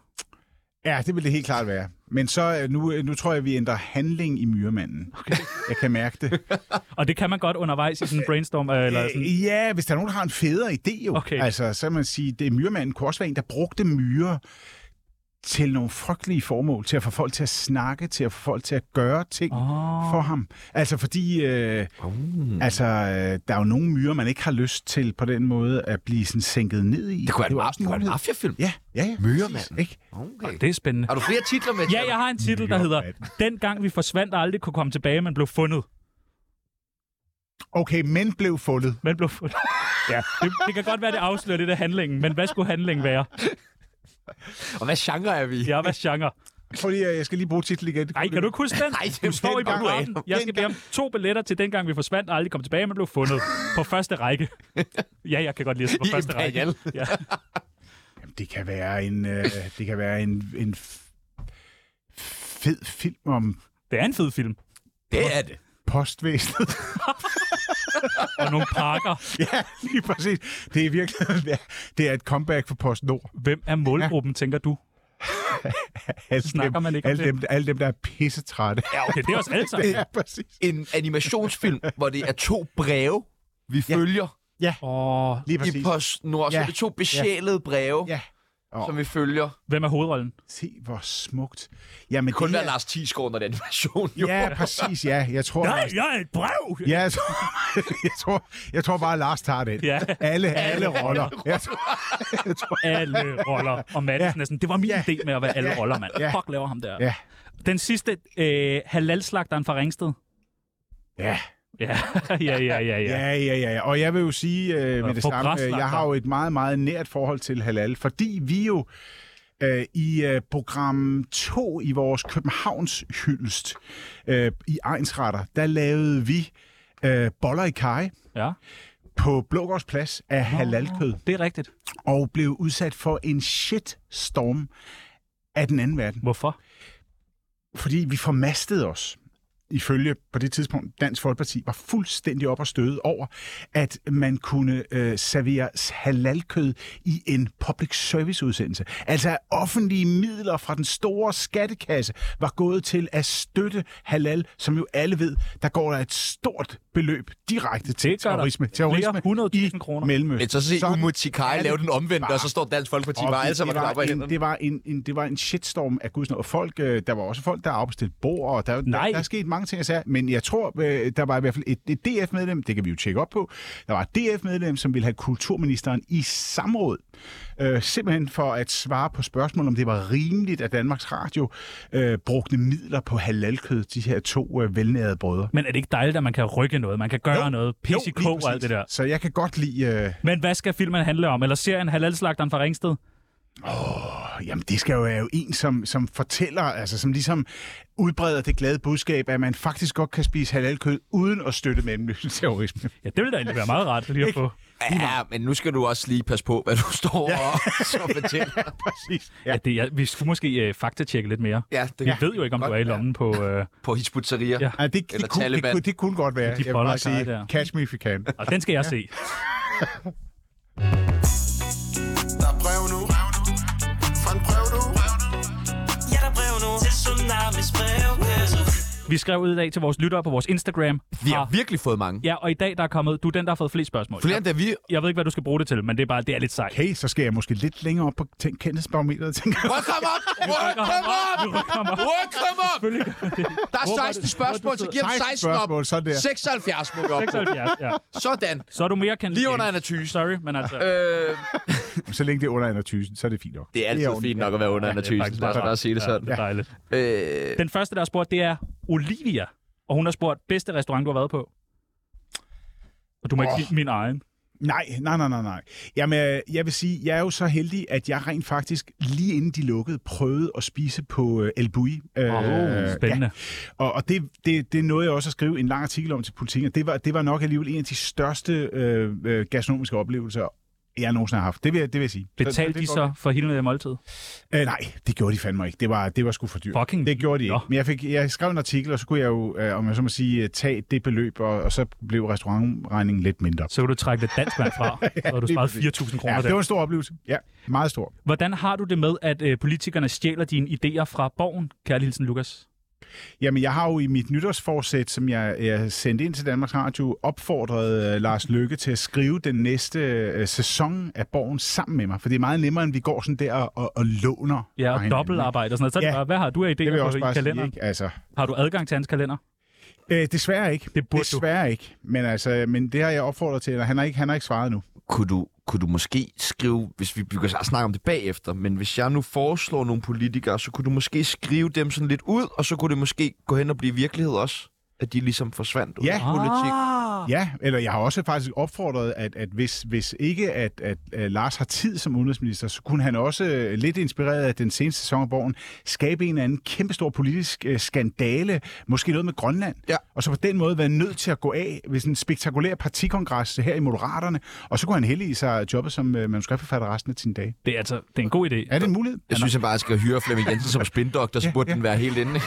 Speaker 6: Ja, det vil det helt klart være. Men så øh, nu, øh, nu tror jeg, vi ændrer handling i myremanden. Okay. Jeg kan mærke det.
Speaker 4: Og det kan man godt undervejs i sådan en brainstorm. øh, Eller sådan.
Speaker 6: Øh, Ja, hvis der er nogen, der har en federe idé jo.
Speaker 4: Okay.
Speaker 6: Altså, så kan man sige, det er myremanden kunne også være en, der brugte myrer til nogle frygtelige formål, til at få folk til at snakke, til at få folk til at gøre ting oh.
Speaker 4: Åh.
Speaker 6: for ham. Altså, fordi øh, altså, øh, der er jo nogle myrer, man ikke har lyst til på den måde at blive sådan sænket ned i.
Speaker 1: Det kunne være en,
Speaker 6: var
Speaker 1: ma-
Speaker 6: også
Speaker 1: det kunne være en
Speaker 6: mulighed.
Speaker 1: mafiafilm.
Speaker 6: Ja, ja, ja.
Speaker 1: Myremanden.
Speaker 6: Ikke?
Speaker 1: Okay.
Speaker 4: Det er spændende.
Speaker 1: Har du flere titler med?
Speaker 4: Ja, jeg har en titel, der hedder Dengang vi forsvandt og aldrig kunne komme tilbage, men blev fundet.
Speaker 6: Okay, men blev fundet.
Speaker 4: Man blev fundet. Ja, det, det kan godt være, det afslører lidt af handlingen, men hvad skulle handlingen være?
Speaker 1: Og hvad genre er vi?
Speaker 4: Ja, hvad genre?
Speaker 6: Fordi øh, jeg skal lige bruge titlen igen.
Speaker 4: Nej, kan du ikke huske den?
Speaker 1: Nej,
Speaker 4: du
Speaker 1: det
Speaker 4: står i
Speaker 1: var-
Speaker 4: biografen. Jeg skal bede om to billetter til dengang, vi forsvandt og aldrig kom tilbage, men blev fundet på første række. Ja, jeg kan godt lide at se på
Speaker 1: I
Speaker 4: første række.
Speaker 1: Imperial.
Speaker 4: Ja.
Speaker 6: Det kan være en, øh, det kan være en, en f- fed film om
Speaker 4: Det er en fed film.
Speaker 1: Det er det.
Speaker 6: postvæsenet.
Speaker 4: Og nogle pakker.
Speaker 6: [LAUGHS] ja, lige præcis. Det er virkelig ja, det er et comeback for PostNord.
Speaker 4: Hvem er målgruppen, tænker du?
Speaker 6: Alle
Speaker 4: Snakker
Speaker 6: dem,
Speaker 4: man ikke om
Speaker 6: alle
Speaker 4: det?
Speaker 6: dem, alle dem, der er pissetrætte. [LAUGHS]
Speaker 4: Ja, okay, det er os alle sammen.
Speaker 6: ja, præcis.
Speaker 1: En animationsfilm, hvor det er to breve, vi følger
Speaker 4: Åh,
Speaker 6: Lige
Speaker 1: i
Speaker 6: præcis.
Speaker 1: PostNord. Så
Speaker 6: Ja.
Speaker 1: er det to besjælede breve.
Speaker 6: Ja.
Speaker 10: oh. som vi følger.
Speaker 4: Hvem er hovedrollen?
Speaker 6: Se, hvor smukt. Jamen,
Speaker 10: Kun
Speaker 6: det
Speaker 10: være
Speaker 6: her-
Speaker 10: Lars Thiesgaard, når den version jo.
Speaker 6: Ja,
Speaker 1: [LAUGHS]
Speaker 6: præcis, ja. Jeg tror,
Speaker 10: Nej,
Speaker 6: Lars-
Speaker 4: jeg er et brev!
Speaker 6: Ja, jeg tror, [LAUGHS] jeg tror, jeg tror bare, at Lars tager det.
Speaker 4: Ja.
Speaker 6: Alle, alle
Speaker 4: Alle
Speaker 6: roller. Jeg tror, jeg tror,
Speaker 4: alle roller. Og Mads ja. næsten, det var min ja. idé med at være alle
Speaker 6: Ja.
Speaker 4: roller, mand.
Speaker 6: Ja.
Speaker 4: Ja. Fuck laver ham der.
Speaker 6: Ja.
Speaker 4: Den sidste, øh, halalslagteren fra Ringsted.
Speaker 6: Ja.
Speaker 4: Ja, [LAUGHS] ja, ja, ja, ja.
Speaker 6: Ja, ja, ja. ja. Og jeg vil jo sige øh, med det
Speaker 4: få
Speaker 6: samme, øh,
Speaker 4: græslagt
Speaker 6: jeg har jo et meget, meget nært forhold til halal, fordi vi jo øh, i øh, program 2 i vores Københavns hyldest øh, i Egensretter, der lavede vi øh, boller i kaj
Speaker 4: ja.
Speaker 6: på Blågårdsplads af halalkød.
Speaker 4: Det er rigtigt.
Speaker 6: Og blev udsat for en shitstorm af den anden verden.
Speaker 4: Hvorfor?
Speaker 6: Fordi vi formastede os ifølge på det tidspunkt Dansk Folkeparti, var fuldstændig op og støde over, at man kunne øh, servere halalkød i en public service udsendelse. Altså at offentlige midler fra den store skattekasse var gået til at støtte halal, som jo alle ved, der går der et stort beløb direkte til
Speaker 4: Det gør der.
Speaker 6: terrorisme,
Speaker 4: Flere
Speaker 6: terrorisme i
Speaker 4: 100.000 kroner.
Speaker 6: Mellemøsten.
Speaker 10: Men så se
Speaker 6: Sådan
Speaker 10: Umutikai
Speaker 6: er
Speaker 10: lave
Speaker 6: det
Speaker 10: den omvendte, og så
Speaker 6: bare.
Speaker 10: står Dansk Folkeparti
Speaker 6: Og
Speaker 10: bare alle
Speaker 6: det-
Speaker 10: sammen og
Speaker 6: det var
Speaker 10: klapper i
Speaker 6: en-
Speaker 10: hænderne.
Speaker 6: Det var en, en, det var en shitstorm af gudsnår. Og folk, øh, der var også folk, der afbestilte bord, og der, der,
Speaker 4: Nej.
Speaker 6: der er sket mange ting, jeg sagde. Men jeg tror, øh, der var i hvert fald et, et DF-medlem, det kan vi jo tjekke op på, der var et DF-medlem, som ville have kulturministeren i samråd. Øh, simpelthen for at svare på spørgsmål, om det var rimeligt, at Danmarks Radio øh, brugte midler på halalkød, de her to øh, velnærede brødre.
Speaker 4: Men er det ikke dejligt, at man kan rykke noget? Man kan gøre jo, noget.
Speaker 6: Jo,
Speaker 4: PCK
Speaker 6: lige
Speaker 4: og alt det
Speaker 6: præcis.
Speaker 4: der.
Speaker 6: Så jeg kan godt lide... Øh,
Speaker 4: Men hvad skal filmen handle om? Eller serien Halalslagteren fra Ringsted?
Speaker 6: Jamen, det skal jo være jo en, som, som fortæller, altså som ligesom udbreder det glade budskab, at man faktisk godt kan spise halalkød uden at støtte mellemlysende [LAUGHS] terrorisme.
Speaker 4: Ja, det ville da egentlig være meget rart lige at få.
Speaker 10: Ja, men nu skal du også lige passe på, hvad du står ja. og så fortæller.
Speaker 6: Præcis.
Speaker 4: Ja, det, ja, vi skulle måske øh, faktatjekke lidt mere.
Speaker 10: Ja, det
Speaker 4: Vi ved jo ikke, om du er i lommen på... Øh,
Speaker 10: På Hitzputzeria.
Speaker 4: Ja.
Speaker 10: Ja.
Speaker 6: Ej, det, det,
Speaker 10: Eller
Speaker 6: kunne, det,
Speaker 10: Taliban.
Speaker 6: kunne, det kunne godt være.
Speaker 4: de
Speaker 6: jeg vil
Speaker 4: boller
Speaker 6: bare
Speaker 4: i
Speaker 6: sige,
Speaker 4: karret der.
Speaker 6: catch me if you can.
Speaker 4: og den skal jeg se.
Speaker 8: Der er brev nu. Fra en brev nu.
Speaker 9: Ja, der er brev nu til Tsunamis brevkasse.
Speaker 4: Vi skrev ud i dag til vores lyttere på vores Instagram.
Speaker 10: Vi har virkelig fået mange.
Speaker 4: Ja, og i dag der er kommet... Du er den, der har fået flest spørgsmål.
Speaker 10: Flere end da
Speaker 4: [LAUGHS]
Speaker 10: vi...
Speaker 4: Jeg ved ikke, hvad du skal bruge det til, men det er bare det er lidt sejt.
Speaker 6: Okay, så skal jeg måske lidt længere op på tænk- kendelsbarometeret. Tænker. jeg.
Speaker 10: Rød, kom op! Rød, kom op! Rød, kom op! Der er 16 spørgsmål, så giv dem
Speaker 6: 16
Speaker 10: 16 op.
Speaker 6: spørgsmål, sådan der.
Speaker 10: 76 må vi op.
Speaker 4: 76, ja.
Speaker 10: på. Sådan.
Speaker 4: Så er du mere kendt.
Speaker 10: Lige under Anna Thysen.
Speaker 4: Sorry, men altså...
Speaker 10: Øh,
Speaker 6: Så længe det er under 21, så er det fint nok.
Speaker 10: det er altid
Speaker 6: ordentligt.
Speaker 10: fint nok at være under Anna Thysen.
Speaker 4: faktisk
Speaker 10: Lad os
Speaker 4: meget
Speaker 10: bare sige det
Speaker 4: Ja,
Speaker 10: sådan.
Speaker 4: det er dejligt.
Speaker 10: Øh,
Speaker 4: Den første, der har spurgt, det er Olivia. Og hun har spurgt, bedste restaurant, du har været på? Og du må oh.
Speaker 6: Åh.
Speaker 4: ikke sige min egen.
Speaker 6: Nej, nej, nej, nej, nej. Jamen, øh, jeg vil sige, jeg er jo så heldig, at jeg rent faktisk, lige inden de lukkede, prøvede at spise på øh, El Bui. Øh,
Speaker 4: Åh, spændende.
Speaker 6: Og, og det, det, det nåede jeg også at skrive en lang artikel om til politikken, og det var, det var nok alligevel en af de største øh, øh, gastronomiske oplevelser, jeg nogensinde har haft. Det vil jeg, det vil jeg sige.
Speaker 4: Betalte de
Speaker 6: det-
Speaker 4: så for hele måltid?
Speaker 6: Øh, nej, det gjorde de fandme ikke. Det var, det var sgu for dyrt.
Speaker 4: Fucking
Speaker 6: det gjorde de ikke.
Speaker 4: nå.
Speaker 6: Men jeg, fik, jeg skrev en artikel, og så kunne jeg jo, øh, om jeg så må sige, øh, tage det beløb, og, og så blev restaurantregningen lidt mindre.
Speaker 4: Så kan du trække lidt
Speaker 6: [LAUGHS]
Speaker 4: dansk mand fra, så har du
Speaker 6: lige
Speaker 4: sparet
Speaker 6: præcis.
Speaker 4: 4.000 kroner
Speaker 6: Ja, det
Speaker 4: der.
Speaker 6: var en stor oplevelse. Ja, meget stor.
Speaker 4: Hvordan har du det med, at øh, politikerne stjæler dine idéer fra borgen, kærlig hilsen Lukas?
Speaker 6: Jamen, jeg har jo i mit nytårsforsæt, som jeg, jeg sendte ind til Danmarks Radio, opfordret øh, Lars Lykke til at skrive den næste øh, sæson af Borgen sammen med mig. For det er meget nemmere, end vi går sådan der og, og låner.
Speaker 4: Ja,
Speaker 6: fra
Speaker 4: og
Speaker 6: hinanden,
Speaker 4: dobbeltarbejde og sådan noget. Så er det
Speaker 6: Ja.
Speaker 4: bare, hvad har du af
Speaker 6: ikke? Det
Speaker 4: idéer
Speaker 6: vil jeg
Speaker 4: på
Speaker 6: også
Speaker 4: i
Speaker 6: bare sige,
Speaker 4: kalenderen?
Speaker 6: ikke? Altså,
Speaker 4: Har du adgang til hans kalender?
Speaker 6: øh, desværre ikke.
Speaker 4: Det burde du.
Speaker 6: desværre ikke. Men, altså, men det har jeg opfordret til, og han har ikke, han har ikke svaret nu.
Speaker 10: kunne du, kunne du måske skrive, hvis vi begynder at snakke om det bagefter, men hvis jeg nu foreslår nogle politikere, så kunne du måske skrive dem sådan lidt ud, og så kunne det måske gå hen og blive virkelighed også, at de ligesom forsvandt ud
Speaker 6: Ja.
Speaker 10: af politik.
Speaker 4: Ah.
Speaker 6: Ja, eller jeg har også faktisk opfordret, at, at hvis, hvis ikke at, at, at Lars har tid som udenrigsminister, så kunne han også, øh, lidt inspireret af den seneste sæson af Borgen, skabe en eller anden kæmpestor politisk øh, skandale, måske noget med Grønland,
Speaker 10: Ja.
Speaker 6: og så på den måde være nødt til at gå af ved sådan en spektakulær partikongres her i Moderaterne, og så kunne han heldige sig jobbet som øh, manuskriptforfatter resten af sine dage.
Speaker 4: Det er altså det er en god idé.
Speaker 6: Er det en mulighed?
Speaker 10: Jeg synes, jeg bare skal hyre Flemming Jensen som spindoktor, så burde den være helt inde.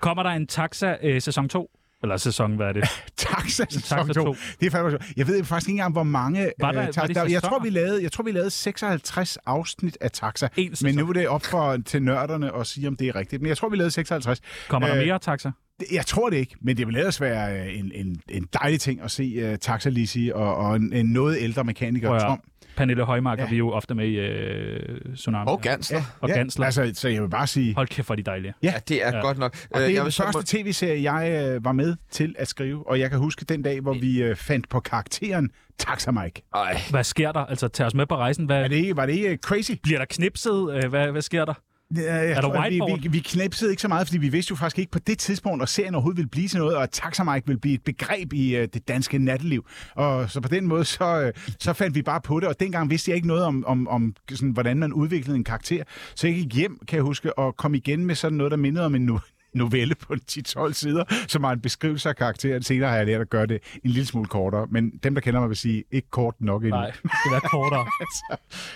Speaker 4: Kommer der en taxa øh, sæson 2? Eller sæson, hvad er det?
Speaker 6: Taxa sæson
Speaker 4: Taxa
Speaker 6: 2.
Speaker 4: to.
Speaker 6: Det er fandme sjovt. Jeg ved faktisk ikke engang, hvor mange...
Speaker 4: Var der-
Speaker 6: øh,
Speaker 4: var
Speaker 6: taxa-
Speaker 4: det
Speaker 6: der, jeg,
Speaker 4: sæsoner?
Speaker 6: tror, vi lavede, jeg tror, vi lavede 56 afsnit af Taxa.
Speaker 4: En sæson.
Speaker 6: Men nu er det op for, til nørderne at sige, om det er rigtigt. Men jeg tror, vi lavede 56.
Speaker 4: Kommer der
Speaker 6: Øh,
Speaker 4: mere taxa?
Speaker 6: Jeg tror det ikke, men det vil ellers være øh, en, en, en dejlig ting at se uh, Taxa Lisi og, og en, en noget ældre mekaniker,
Speaker 4: Prøv at høre.
Speaker 6: Tom.
Speaker 4: Pernille Højmark
Speaker 6: Ja.
Speaker 4: ja. er vi jo ofte med i øh, Tsunami.
Speaker 10: Og Gansler.
Speaker 4: Og Gansler.
Speaker 6: Altså, så jeg vil bare sige...
Speaker 4: Hold kæft, hvor er de dejlige.
Speaker 6: Ja,
Speaker 10: det er
Speaker 4: Ja.
Speaker 10: godt nok.
Speaker 6: Og
Speaker 10: Øh,
Speaker 6: det er
Speaker 10: jeg
Speaker 6: den
Speaker 10: vil så
Speaker 6: første tv-serie, jeg øh, var med til at skrive, og jeg kan huske den dag, hvor vi øh, fandt på karakteren Taxa Mike.
Speaker 10: Ej.
Speaker 4: Hvad sker der? Altså, tag os med på rejsen. Hvad,
Speaker 6: Er det ikke, var det ikke øh, crazy?
Speaker 4: Bliver der knipset? Øh, Hvad, hvad sker der?
Speaker 6: Ja, jeg
Speaker 4: Er der
Speaker 6: tror, at
Speaker 4: whiteboard?
Speaker 6: vi, vi, vi knipsede ikke så meget, fordi vi vidste jo faktisk ikke på det tidspunkt, at serien overhovedet ville blive til noget, og at Taxa Mike ville blive et begreb i øh, det danske natteliv. Og så på den måde, så, øh, så fandt vi bare på det, og dengang vidste jeg ikke noget om, om, om sådan, hvordan man udviklede en karakter. Så jeg gik hjem, kan jeg huske, og kom igen med sådan noget, der mindede om en nu [LAUGHS] novelle på 10-12 sider, som var en beskrivelse af karakteren. Senere har jeg lært at gøre det en lille smule kortere, men dem, der kender mig, vil sige, ikke kort nok endnu. [LAUGHS]
Speaker 4: Nej, det skal være kortere.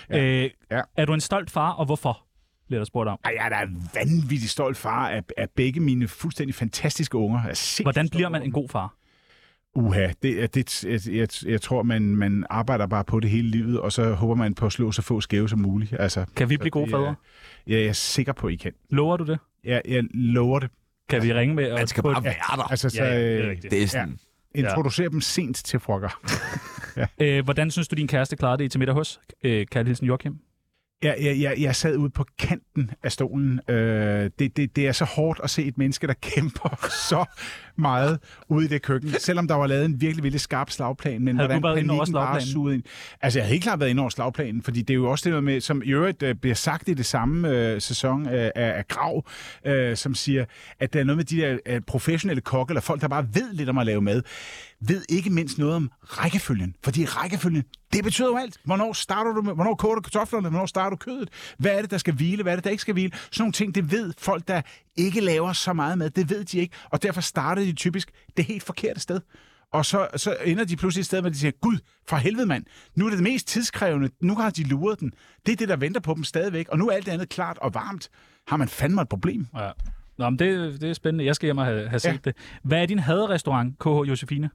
Speaker 4: ja. Øh,
Speaker 6: Ja.
Speaker 4: er du en stolt far, og hvorfor? Bliver der spurgt om.
Speaker 6: Ej, jeg er da en vanvittig stolt far af, af begge mine fuldstændig fantastiske unger. Jeg er sindssygt
Speaker 4: Hvordan
Speaker 6: stolt
Speaker 4: bliver
Speaker 6: af
Speaker 4: man en god far?
Speaker 6: Uha, det, er- det, jeg, jeg, jeg tror, man, man arbejder bare på det hele livet, og så håber man på at slå så få skæve som muligt. Altså,
Speaker 4: Kan vi
Speaker 6: så
Speaker 4: blive gode
Speaker 6: det er-
Speaker 4: fædre?
Speaker 6: Ja, jeg er sikker på, I kan.
Speaker 4: Lover du det?
Speaker 6: Jeg, jeg lover det.
Speaker 4: Kan vi ringe med? Og
Speaker 10: Man skal
Speaker 4: få-
Speaker 10: bare være der.
Speaker 6: Altså, så,
Speaker 4: Ja, ja, det er
Speaker 6: ja,
Speaker 4: rigtigt.
Speaker 10: Det er sådan...
Speaker 6: introducer dem sent til frokker.
Speaker 4: Øh, hvordan synes du, din kæreste klarede det i til middag hos? Øh, Kærlig hilsen Joachim.
Speaker 6: Jeg, jeg, jeg, jeg sad ude på kanten af stolen. Øh, det, det, det er så hårdt at se et menneske, der [LAUGHS] kæmper så meget ude i det køkken. Selvom der var lavet en virkelig, virkelig skarp slagplan. Men
Speaker 4: Havde
Speaker 6: hvordan
Speaker 4: du været inde over
Speaker 6: panikken bare
Speaker 4: slagplanen?
Speaker 6: sugede ind. Altså, jeg havde helt klart været inde over slagplanen, fordi det er jo også det noget med, som i øvrigt øh, bliver sagt i det samme øh, sæson øh, af, af Grav, øh, som siger, at der er noget med de der øh, professionelle kokke, eller folk, der bare ved lidt om at lave mad, ved ikke mindst noget om rækkefølgen. Fordi rækkefølgen, det betyder jo alt. Hvornår starter du med, hvornår koger du kartoflerne, hvornår starter du kødet? Hvad er det, der skal hvile, hvad er det, der ikke skal hvile? Sådan nogle ting, det ved folk, der ikke laver så meget mad, det ved de ikke. Og derfor starter de typisk det helt forkerte sted. Og så, så ender de pludselig et sted, hvor de siger, Gud, for helvede mand, nu er det det mest tidskrævende, nu har de luret den. Det er det, der venter på dem stadigvæk, og nu er alt andet klart og varmt. Har man fandme et problem?
Speaker 4: Ja. Nå, men det, det er spændende. Jeg skal hjem og have, have set
Speaker 6: Ja.
Speaker 4: det. Hvad er din haderestaurant, KH Josefine?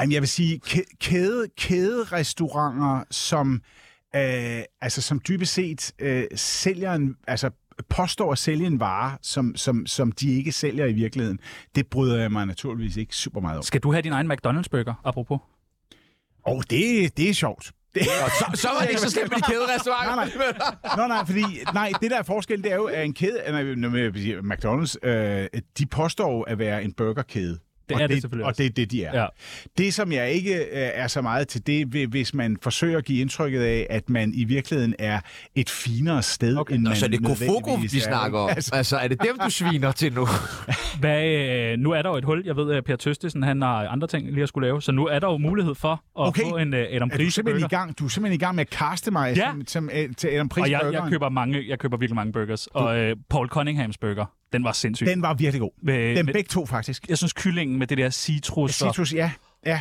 Speaker 6: Jamen, jeg vil sige, kæ- kæde, kæderestauranter, som, øh, altså, som dybest set øh, sælger en, altså, påstår at sælge en vare, som, som, som de ikke sælger i virkeligheden, det bryder jeg mig naturligvis ikke super meget om.
Speaker 4: Skal du have din egen McDonald's-burger, apropos?
Speaker 6: Og det, det er sjovt. Det,
Speaker 10: Så, så var det ikke så
Speaker 6: [LAUGHS]
Speaker 10: slemt i kæderestauranten.
Speaker 6: Nej, Nå, nej, fordi, nej, det der er forskellen, det er jo, at en kæde, nej, nu vil jeg sige, McDonald's, øh, de påstår jo at være en burgerkæde.
Speaker 4: Det
Speaker 6: og
Speaker 4: er det selvfølgelig
Speaker 6: Og
Speaker 4: også.
Speaker 6: det er det, de er.
Speaker 4: Ja.
Speaker 6: Det, som jeg ikke øh, er så meget til, det er, hvi- hvis man forsøger at give indtrykket af, at man i virkeligheden er et finere sted, okay. end man
Speaker 10: Nå, så er det Kofogo,
Speaker 6: nødvendigvis
Speaker 10: vi
Speaker 6: er.
Speaker 10: snakker om.
Speaker 6: Altså,
Speaker 10: Altså, er det dem, du sviner til nu?
Speaker 4: Hvad, øh, nu er der jo et hul. Jeg ved, at Per Tøstesen han har andre ting lige at skulle lave, så nu er der jo mulighed for at
Speaker 6: Okay.
Speaker 4: få en øh, Adam
Speaker 6: er du,
Speaker 4: Price
Speaker 6: simpelthen i
Speaker 4: burger.
Speaker 6: gang, du er simpelthen i gang med at kaste mig
Speaker 4: Ja.
Speaker 6: som, som, øh, til Adam Pris
Speaker 4: Og jeg, jeg, køber mange, jeg køber virkelig mange burgers. Og øh, Paul Cunninghams burger, den var sindssyg.
Speaker 6: Den var virkelig god.
Speaker 4: med,
Speaker 6: Den
Speaker 4: med,
Speaker 6: begge to, faktisk.
Speaker 4: jeg synes, kyllingen med det der citrus... og-
Speaker 6: Citrus, ja. ja.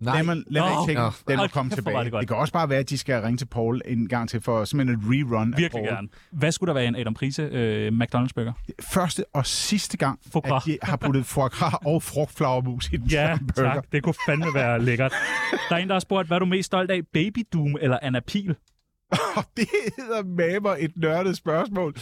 Speaker 10: Nej.
Speaker 6: Lad mig, lad mig
Speaker 4: Nå.
Speaker 6: tænke,
Speaker 10: Nå.
Speaker 6: den må
Speaker 4: Hold
Speaker 6: komme
Speaker 4: kæft, hvor var
Speaker 6: tilbage.
Speaker 4: det godt.
Speaker 6: Det, kan også bare være, at de skal ringe til Paul en gang til for simpelthen et rerun af
Speaker 4: Virkelig
Speaker 6: Paul.
Speaker 4: gerne. Hvad skulle der være i en Adam Prise øh, McDonald's
Speaker 6: [LAUGHS]
Speaker 4: burger?
Speaker 6: Første og sidste gang,
Speaker 4: Foie gras.
Speaker 6: at de har puttet foie gras og frugtflagermus i den
Speaker 4: [LAUGHS]
Speaker 6: samme burger.
Speaker 4: tak. Det kunne fandme være lækkert. Der er en, der har spurgt, hvad er du mest stolt af? Baby Doom eller Anna Pil?
Speaker 6: Og [LAUGHS] det hedder mamer et nørdet spørgsmål.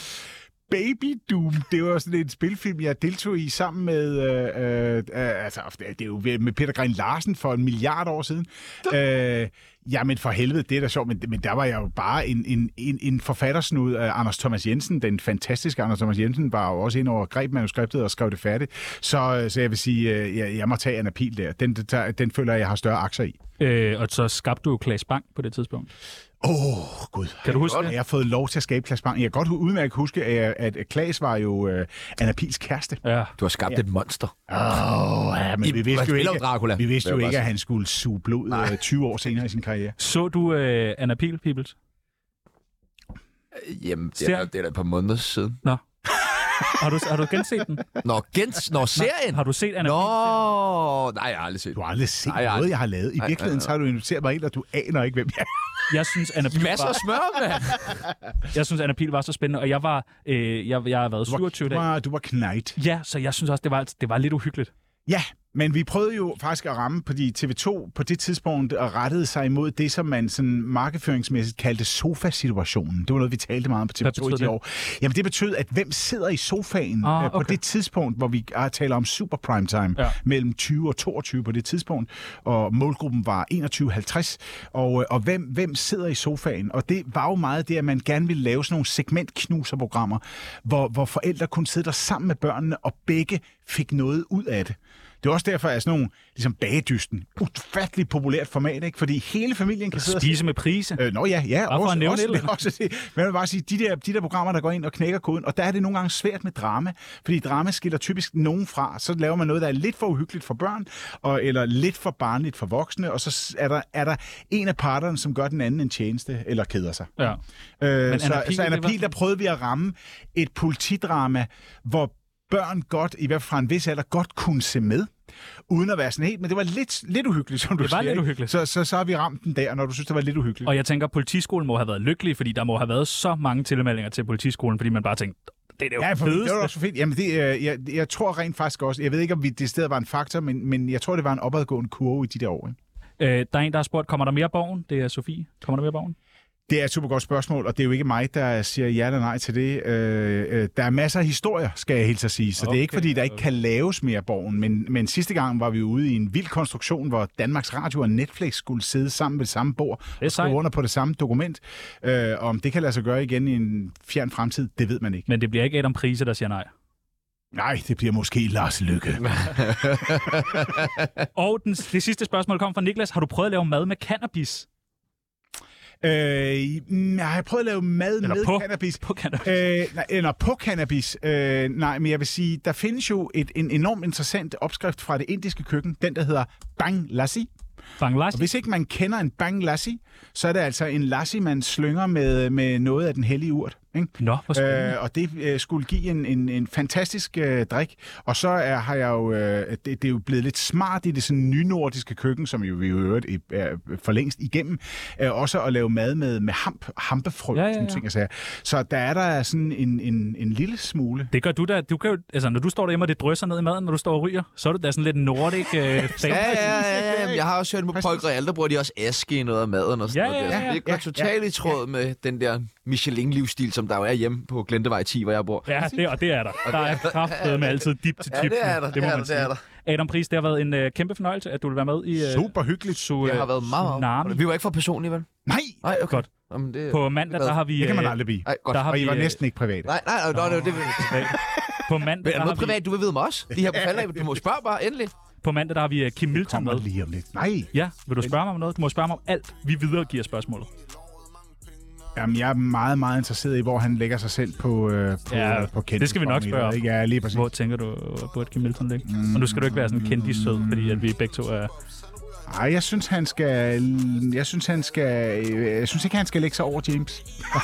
Speaker 6: Baby Doom, det var sådan en spilfilm, jeg deltog i sammen med, øh, øh, øh, altså, det er jo med Peter Grein Larsen for en milliard år siden. Øh, jamen for helvede, det er da sjovt, men, men der var jeg jo bare en, en, en, en forfattersnud af Anders Thomas Jensen. Den fantastiske Anders Thomas Jensen var jo også ind over greb manuskriptet og skrev det færdigt. Så, øh, så jeg vil sige, øh, jeg, jeg må tage Anna Pil der. Den, den, tager- den føler jeg, jeg har større aktier i.
Speaker 4: Øh, og så skabte du jo Klaas Bang på det tidspunkt.
Speaker 6: Åh, oh, gud.
Speaker 4: Kan du huske
Speaker 6: godt,
Speaker 4: det?
Speaker 6: at jeg har fået lov til at skabe Klaas Bang. Jeg kan godt hu- udmærket huske, at, jeg- at Klaas var jo øh, Anna Pils kæreste.
Speaker 4: Ja.
Speaker 10: Du har skabt et monster.
Speaker 6: Åh, oh, ja, men
Speaker 10: I-
Speaker 6: vi vidste
Speaker 10: man
Speaker 6: jo
Speaker 10: spiller
Speaker 6: ikke,
Speaker 10: jo Dracula.
Speaker 6: vi vidste
Speaker 10: Det
Speaker 6: jo
Speaker 10: er jo
Speaker 6: ikke
Speaker 10: bare
Speaker 6: at han skulle suge blod øh, 20 år senere i sin karriere.
Speaker 4: Så du øh, Anna Pil, Pibels?
Speaker 10: Øh, Jamen, det er,
Speaker 4: Ser-
Speaker 10: det er da et par måneder siden.
Speaker 4: Nå. Har du, har du genset den?
Speaker 10: Nå, gens, nå serien!
Speaker 4: Har du set Anna
Speaker 10: Nå,
Speaker 4: Pihl?
Speaker 10: nej, jeg har aldrig set.
Speaker 6: Du har aldrig set
Speaker 10: Nej, jeg har
Speaker 6: noget,
Speaker 10: aldrig-
Speaker 6: jeg har lavet. I
Speaker 10: Nej,
Speaker 6: virkeligheden,
Speaker 10: nej,
Speaker 6: så har du inviteret mig ind, og du aner ikke, hvem jeg er.
Speaker 4: Jeg synes, Anna Pil
Speaker 10: Masser af
Speaker 4: var,
Speaker 10: smør, mand!
Speaker 4: jeg synes, Anna Pil var så spændende, og jeg var, øh, jeg, jeg har været
Speaker 6: Du var,
Speaker 4: 27
Speaker 6: du
Speaker 4: dage.
Speaker 6: var, du var knægt.
Speaker 4: Ja, så jeg synes også, det var, det var lidt uhyggeligt.
Speaker 6: Ja, Men vi prøvede jo faktisk at ramme, fordi TV2 på det tidspunkt rettede sig imod det, som man sådan markedsføringsmæssigt kaldte sofa-situationen. Det var noget, vi talte meget om på TV2 i
Speaker 4: betød
Speaker 6: de
Speaker 4: det?
Speaker 6: år. Jamen det betød, at hvem sidder i sofaen
Speaker 4: Ah,
Speaker 6: ah, okay. på
Speaker 4: okay.
Speaker 6: det tidspunkt, hvor vi ah, taler om super prime time,
Speaker 4: Ja.
Speaker 6: ja. mellem 20 og 22 på det tidspunkt, og målgruppen var 21.50, og, øh, og hvem, hvem sidder i sofaen? Og det var jo meget det, at man gerne ville lave sådan nogle segmentknuserprogrammer, hvor, hvor forældre kunne sidde der sammen med børnene, og begge fik noget ud af det. Det er også derfor, at sådan nogle, ligesom bagedysten, ufattelig populært format, ikke? Fordi hele familien kan sidde og
Speaker 4: Spise med prise.
Speaker 6: Øh, nå ja, ja.
Speaker 4: for at nævne et
Speaker 6: også,
Speaker 4: eller
Speaker 6: også, [LAUGHS]
Speaker 4: andet.
Speaker 6: også det. Men jeg vil bare sige, de der, de der programmer, der går ind og knækker koden, og der er det nogle gange svært med drama, fordi drama skiller typisk nogen fra. Så laver man noget, der er lidt for uhyggeligt for børn, og, eller lidt for barnligt for voksne, og så s- er der, er der en af parterne, som gør den anden en tjeneste, eller keder sig.
Speaker 4: Ja.
Speaker 6: Øh, så,
Speaker 4: Anna Pihl,
Speaker 6: så Anna
Speaker 4: det var-
Speaker 6: Pihl, der prøvede vi at ramme et politidrama, hvor børn godt, i hvert fald fra en vis alder, godt kunne se med, uden at være sådan helt, men det var lidt, lidt uhyggeligt, som du
Speaker 4: Det var
Speaker 6: siger.
Speaker 4: lidt
Speaker 6: ikke?
Speaker 4: uhyggeligt.
Speaker 6: Så, så, så har vi ramt den der, når du synes, det var lidt uhyggeligt.
Speaker 4: Og jeg tænker, at politiskolen må have været lykkelig, fordi der må have været så mange tilmeldinger til politiskolen, fordi man bare tænkte, det er det jo
Speaker 6: Ja, for det
Speaker 4: fedeste.
Speaker 6: var også fedt. Jamen, det, øh, jeg, jeg tror rent faktisk også, jeg ved ikke, om vi det sted var en faktor, men, men jeg tror, det var en opadgående kurve i de der år. Ikke?
Speaker 4: Øh, der er en, der har spurgt, kommer der mere borgen? Det er Sofie. Kommer der mere borgen?
Speaker 6: Det er et super godt spørgsmål, og det er jo ikke mig, der siger ja eller nej til det. Øh, øh, der er masser af historier, skal jeg helt at sige, så okay. det er ikke, fordi der ikke kan laves mere borgen, men, men sidste gang var vi ude i en vild konstruktion, hvor Danmarks Radio og Netflix skulle sidde sammen ved det samme bord og
Speaker 4: sejt.
Speaker 6: skrive under på det samme dokument. Øh, om det kan lade sig gøre igen i en fjern fremtid, det ved man ikke.
Speaker 4: Men det bliver ikke Adam Prise, der siger nej.
Speaker 6: Nej, det bliver måske Lars Lykke.
Speaker 4: Og den, det sidste spørgsmål kom fra Niklas. Har du prøvet at lave mad med cannabis?
Speaker 6: Øh, mm, jeg har prøvet at lave mad
Speaker 4: Eller
Speaker 6: med
Speaker 4: på-
Speaker 6: cannabis.
Speaker 4: på cannabis.
Speaker 6: Øh, nej, eller på cannabis. Øh, nej, men jeg vil sige, der findes jo et, en enormt interessant opskrift fra det indiske køkken, den der hedder Bang Lassi.
Speaker 4: Bangladesh?
Speaker 6: Og hvis ikke man kender en Bang Lassi, så er det altså en lassi, man slynger med, med noget af den hellige urt. Ikke?
Speaker 4: Nå, hvor spændende.
Speaker 6: Øh, og det øh, skulle give en, en, en fantastisk øh, drik. Og så er, har jeg jo, øh, det, det er jo blevet lidt smart i det sådan nynordiske køkken, som jo vi jo i øvrigt i- er for længst igennem, øh, også at lave mad med, med hamp, hampefrø
Speaker 4: Ja, ja,
Speaker 6: og sådan
Speaker 4: ja.
Speaker 6: ting. og sager. Så der er der sådan en, en, en lille smule.
Speaker 4: Det gør du da. Du kan jo, altså, når du står derhjemme, og det drysser ned i maden, når du står og ryger, så er du da sådan lidt nordic øh, fan.
Speaker 10: Ja, ja, ja, ja. Jeg har også hørt på Polk og Alder, bruger de også aske i noget af maden og sådan
Speaker 4: Ja,
Speaker 10: noget.
Speaker 4: ja,
Speaker 10: der.
Speaker 4: ja,
Speaker 10: Så det
Speaker 6: ja,
Speaker 10: går totalt i tråd med den der Michelin-livsstil, som der jo er hjemme på Glendevej 10, hvor jeg bor.
Speaker 4: Ja, det, og det er der. Der er kraft med altid dip til
Speaker 10: Ja,
Speaker 4: tip.
Speaker 10: det er der, det er der, det er
Speaker 4: Adam Pris, det har været en øh, kæmpe fornøjelse, at du vil være med i øh,
Speaker 6: Super hyggeligt.
Speaker 4: Su-
Speaker 10: Jeg har været meget
Speaker 4: Tsunami.
Speaker 10: Vi var ikke for personlige, vel?
Speaker 6: Nej,
Speaker 10: Nej, okay.
Speaker 4: Godt.
Speaker 10: Jamen, det...
Speaker 4: På mandag, der har vi...
Speaker 6: det kan man
Speaker 4: øh,
Speaker 6: aldrig blive.
Speaker 10: Nej, godt.
Speaker 4: Der har
Speaker 6: Og I
Speaker 4: vi,
Speaker 6: var
Speaker 4: øh,
Speaker 6: næsten ikke privat.
Speaker 10: Nej, nej, nej, nej, nej, det
Speaker 4: privat. På mandag,
Speaker 10: Men er
Speaker 4: der
Speaker 10: der
Speaker 4: har
Speaker 10: noget
Speaker 4: vi,
Speaker 10: privat, du vil vide mig også? De her på falder, du må spørge bare, endelig.
Speaker 4: på mandag, der har vi øh, Kim Milton
Speaker 6: Kommer
Speaker 4: med.
Speaker 6: lige om lidt. Nej,
Speaker 4: Ja, vil du spørge mig om noget? Du må spørge mig om alt. Vi videregiver spørgsmålet.
Speaker 6: Jamen, jeg er meget, meget interesseret i, hvor han lægger sig selv på, øh, på,
Speaker 4: Ja,
Speaker 6: ja, på kendte
Speaker 4: det skal vi nok spørge om.
Speaker 6: Ja, lige præcis.
Speaker 4: Hvor tænker du, øh, burde Kim Milton ligge? Mm. Og nu skal du ikke være sådan kendt sød, fordi at vi begge to er...
Speaker 6: Ej, jeg synes, han skal... Jeg synes, han skal... øh, Jeg synes ikke, han skal lægge sig over James.
Speaker 10: Jeg,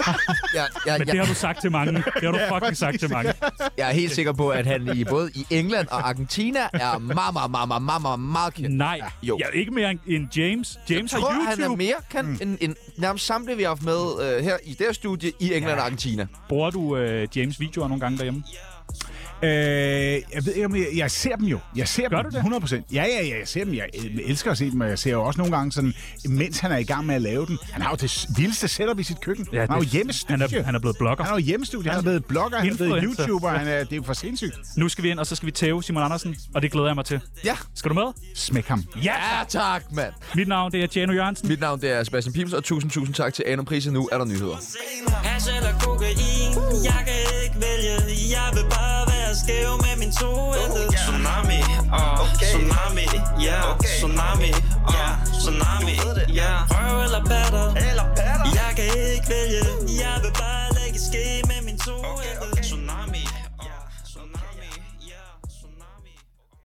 Speaker 10: jeg,
Speaker 4: Men
Speaker 10: jeg,
Speaker 4: det har du sagt til mange. Det har du fucking sagt til mange.
Speaker 10: jeg er helt sikker på, at han i både i England og Argentina er meget, meget, meget, meget, meget, meget, meget kendt.
Speaker 4: Nej,
Speaker 10: Jo.
Speaker 4: jeg er ikke mere end- end James. James
Speaker 10: Jeg
Speaker 4: har
Speaker 10: tror, han er
Speaker 4: YouTube. Mm.
Speaker 10: mere kendt end, end nærmest samtlige, vi har haft med øh, her i deres studie i England og Argentina.
Speaker 4: Bruger du øh, James' videoer nogle gange derhjemme?
Speaker 6: Øh, jeg ved ikke, om jeg, jeg ser dem jo. Jeg ser
Speaker 4: Gør
Speaker 6: dem
Speaker 4: du det?
Speaker 6: 100 procent. Ja, ja, ja, jeg ser dem. Jeg øh, elsker at se dem, og jeg ser jo også nogle gange sådan, mens han er i gang med at lave den. Han har jo det s- vildeste setup i sit køkken. Ja, han har jo
Speaker 4: han
Speaker 6: hjemmestudie.
Speaker 4: er, han er blevet blogger.
Speaker 6: han er jo hjemmestudie. Han er blevet blogger, han er blevet
Speaker 4: Influencer.
Speaker 6: YouTuber. Han er, det er jo for sindssygt.
Speaker 4: Nu skal vi ind, og så skal vi tæve Simon Andersen, og det glæder jeg mig til.
Speaker 10: Ja.
Speaker 4: Skal du med?
Speaker 6: Smæk ham.
Speaker 10: Ja, tak, mand.
Speaker 4: Mit navn det er Tjano Jørgensen.
Speaker 10: Mit navn det er Sebastian Pibels, og tusind, tusind tak til Anum Prisen. Nu er der nyheder.
Speaker 9: Hash eller kokain Jeg kan ikke vælge Jeg vil bare være skæv med min toende Tsunami, ah, tsunami, ja, tsunami Ah,